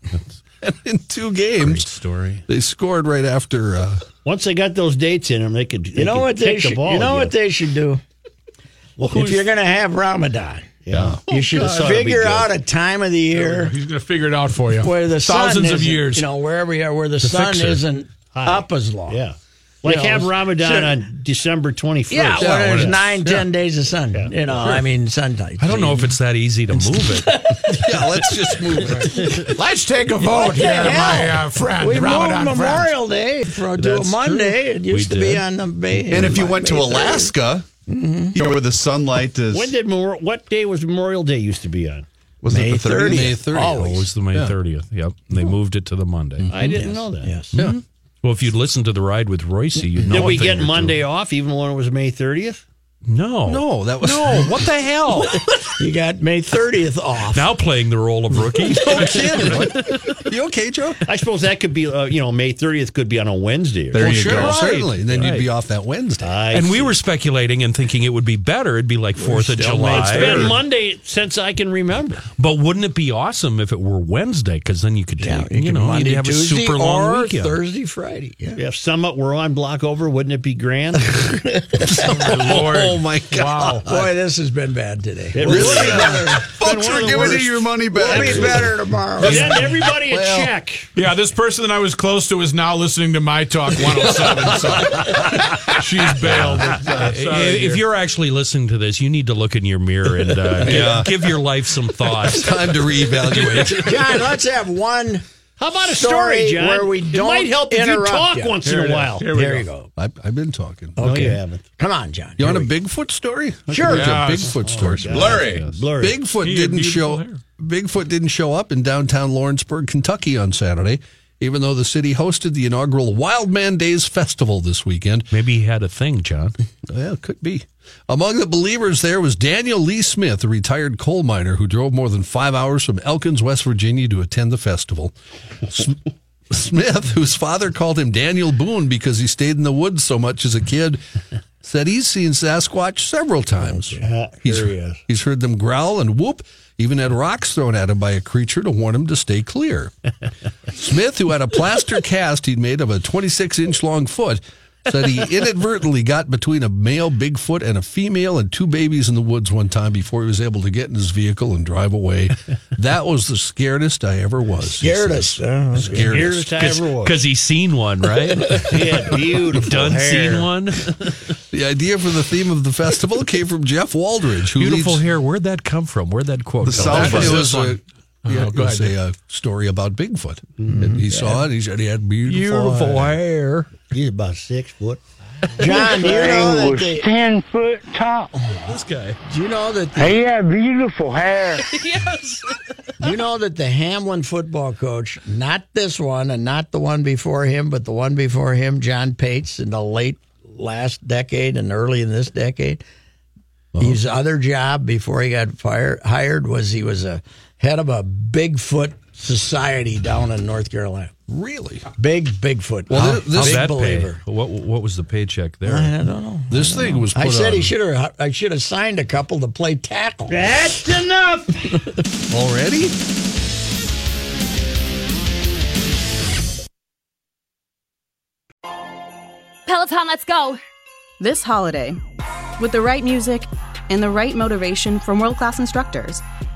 Speaker 9: in two games,
Speaker 6: Story.
Speaker 9: they scored right after. Uh,
Speaker 2: Once they got those dates in them, they could.
Speaker 3: You know what they
Speaker 2: kick
Speaker 3: should.
Speaker 2: the ball.
Speaker 3: you know
Speaker 2: yeah.
Speaker 3: what they should do. if
Speaker 2: who's-
Speaker 3: you're going to have Ramadan,
Speaker 2: Yeah, you should have saw
Speaker 3: figure out a time of the year
Speaker 4: He's going to figure it out for you.
Speaker 3: where the sun
Speaker 4: Thousands of
Speaker 3: isn't-
Speaker 4: years.
Speaker 3: You know, wherever you are, where the, sun
Speaker 4: fixer.
Speaker 3: isn't
Speaker 2: High.
Speaker 3: up as long.
Speaker 2: Yeah, like
Speaker 3: You know,
Speaker 2: have Ramadan
Speaker 3: should-
Speaker 2: on December twenty first.
Speaker 3: Yeah,
Speaker 9: Yeah,
Speaker 3: when
Speaker 9: what
Speaker 3: there's
Speaker 9: is-
Speaker 3: nine, ten days of sun. You know, I mean, sun type.
Speaker 6: I don't know if it's that easy to move it.
Speaker 9: yeah, let's just move it.
Speaker 4: Let's take a vote
Speaker 3: the
Speaker 4: here, my
Speaker 3: hell?
Speaker 4: uh, friend.
Speaker 3: We
Speaker 4: Ramadan
Speaker 3: moved
Speaker 4: friend.
Speaker 3: Memorial Day from, to a
Speaker 6: That's
Speaker 3: Monday. It
Speaker 6: true.
Speaker 3: used
Speaker 6: We
Speaker 3: to be
Speaker 6: did.
Speaker 3: on the Bay.
Speaker 5: and if you went to Alaska, you know where the sunlight is.
Speaker 2: When did Memor- what day was Memorial Day used to be on?
Speaker 5: was
Speaker 3: May
Speaker 5: it the 30th?
Speaker 9: May 30th.
Speaker 6: It was Oh, the May 30th. Yep. They moved it to the Monday.
Speaker 2: I didn't know that.
Speaker 3: Yes.
Speaker 6: Well, if you'd listened to the ride with Royce, you'd know.
Speaker 2: Did
Speaker 6: a
Speaker 2: we
Speaker 6: thing
Speaker 2: get
Speaker 6: or two.
Speaker 2: Monday off even when it was May thirtieth?
Speaker 6: No.
Speaker 9: No, that was
Speaker 6: No. What the hell?
Speaker 3: Oh, You got May 30th off.
Speaker 6: now playing the role of rookie.
Speaker 9: no kidding. What? You okay, Joe?
Speaker 2: I suppose that could be. Uh, you know, May thirtieth could be on a Wednesday. Or
Speaker 5: There
Speaker 9: well,
Speaker 5: you
Speaker 9: sure,
Speaker 5: go.
Speaker 9: certainly. Then you'd be off that Wednesday.
Speaker 2: I
Speaker 6: and we were speculating and thinking it would be better. It'd be like Fourth of
Speaker 4: still
Speaker 6: July.
Speaker 4: mates
Speaker 2: It's been Monday since I can remember.
Speaker 6: But wouldn't it be awesome if it were Wednesday? Because then you could,
Speaker 3: Yeah,
Speaker 6: you,
Speaker 3: could
Speaker 6: know, you'd
Speaker 3: Monday,
Speaker 6: have
Speaker 3: Tuesday,
Speaker 6: a super long
Speaker 3: or
Speaker 6: weekend.
Speaker 3: Thursday, Friday. Yeah.
Speaker 2: If Summit were on block over, wouldn't it be grand?
Speaker 4: Lord.
Speaker 9: Oh my God!
Speaker 3: Boy, this has been bad today.
Speaker 2: It
Speaker 3: We'll
Speaker 2: really
Speaker 3: be
Speaker 2: has.
Speaker 3: better-
Speaker 5: Folks, we're giving you your money back.
Speaker 3: We'll be better tomorrow.
Speaker 2: Send everybody a
Speaker 9: Well.
Speaker 2: check.
Speaker 4: Yeah, this person that I was close to is now listening to my talk 107. so she's bailed.
Speaker 6: Uh, if you're actually listening to this, you need to look in your mirror and uh,
Speaker 9: Yeah.
Speaker 6: give, give your life some thought.
Speaker 9: Time to reevaluate.
Speaker 3: John, let's have one.
Speaker 2: How about a story,
Speaker 3: Story
Speaker 2: John?
Speaker 3: where we
Speaker 2: it
Speaker 3: don't
Speaker 2: might help if you
Speaker 3: interrupt
Speaker 2: talk
Speaker 3: you.
Speaker 2: once in a while.
Speaker 4: Here we
Speaker 3: There
Speaker 4: go.
Speaker 3: you go.
Speaker 9: I've, I've been talking.
Speaker 2: No,
Speaker 5: oh,
Speaker 2: you haven't.
Speaker 3: Come on, John.
Speaker 9: You
Speaker 3: Here
Speaker 9: want a
Speaker 3: we go.
Speaker 9: Bigfoot story? I can
Speaker 3: Sure.
Speaker 9: do a
Speaker 4: Yes.
Speaker 9: Bigfoot story.
Speaker 5: Blurry.
Speaker 2: Blurry.
Speaker 9: Bigfoot
Speaker 4: He had
Speaker 9: didn't show.
Speaker 4: beautiful hair.
Speaker 9: Bigfoot didn't show up in downtown Lawrenceburg, Kentucky, on Saturday, even though the city hosted the inaugural Wild Man Days festival this weekend.
Speaker 6: Maybe he had a thing, John.
Speaker 9: Yeah, it could be. Among the believers there was Daniel Lee Smith, a retired coal miner who drove more than five hours from Elkins, West Virginia to attend the festival. S- Smith, whose father called him Daniel Boone because he stayed in the woods so much as a kid, said he's seen Sasquatch several times.
Speaker 3: Yeah,
Speaker 9: he's,
Speaker 3: here he is.
Speaker 9: he's heard them growl and whoop, even had rocks thrown at him by a creature to warn him to stay clear. Smith, who had a plaster cast he'd made of a 26 inch long foot, said he inadvertently got between a male Bigfoot and a female and two babies in the woods one time before he was able to get in his vehicle and drive away. That was the scaredest I ever was. he says.
Speaker 3: Scaredest. Oh, okay.
Speaker 9: Scaredest.
Speaker 3: Scaredest I ever was.
Speaker 6: Because he's seen one, right?
Speaker 2: Yeah, beautiful
Speaker 6: Done
Speaker 2: hair.
Speaker 6: seen one.
Speaker 9: The idea for the theme of the festival came from Jeff Waldridge, who
Speaker 6: Beautiful
Speaker 9: leads,
Speaker 6: hair. Where'd that come from? Where'd that quote?
Speaker 5: The
Speaker 6: come
Speaker 5: sound
Speaker 6: from?
Speaker 5: bite.
Speaker 9: It was
Speaker 5: This
Speaker 9: a,
Speaker 5: one.
Speaker 9: yeah,
Speaker 4: Oh,
Speaker 9: it
Speaker 4: go
Speaker 9: was
Speaker 4: ahead.
Speaker 9: a, uh, story about Bigfoot.
Speaker 6: Mm-hmm.
Speaker 9: And he saw it. He said he had beautiful,
Speaker 3: Beautiful
Speaker 9: hair.
Speaker 3: hair.
Speaker 2: He's about six foot.
Speaker 3: John, do you know that they,
Speaker 10: ten foot tall.
Speaker 6: This guy.
Speaker 3: do you know that the,
Speaker 10: He had beautiful hair.
Speaker 3: do you know that the Hamlin football coach, not this one and not the one before him, but the one before him, John Pates, in the late last decade and early in this decade, his other job before he got fired hired was he was a head of a Bigfoot society down in North Carolina.
Speaker 9: Really?
Speaker 3: Big Bigfoot.
Speaker 9: Well, thi- this-
Speaker 6: How'd
Speaker 3: big
Speaker 6: that
Speaker 3: believer.
Speaker 6: pay? What, what was the paycheck there?
Speaker 3: I don't know.
Speaker 9: This thing was put
Speaker 3: I said
Speaker 9: on
Speaker 3: he should have. I should have signed a couple to play tackle.
Speaker 10: That's enough.
Speaker 9: already?
Speaker 11: Peloton, let's go.
Speaker 12: This holiday, with the right music and the right motivation from world class instructors,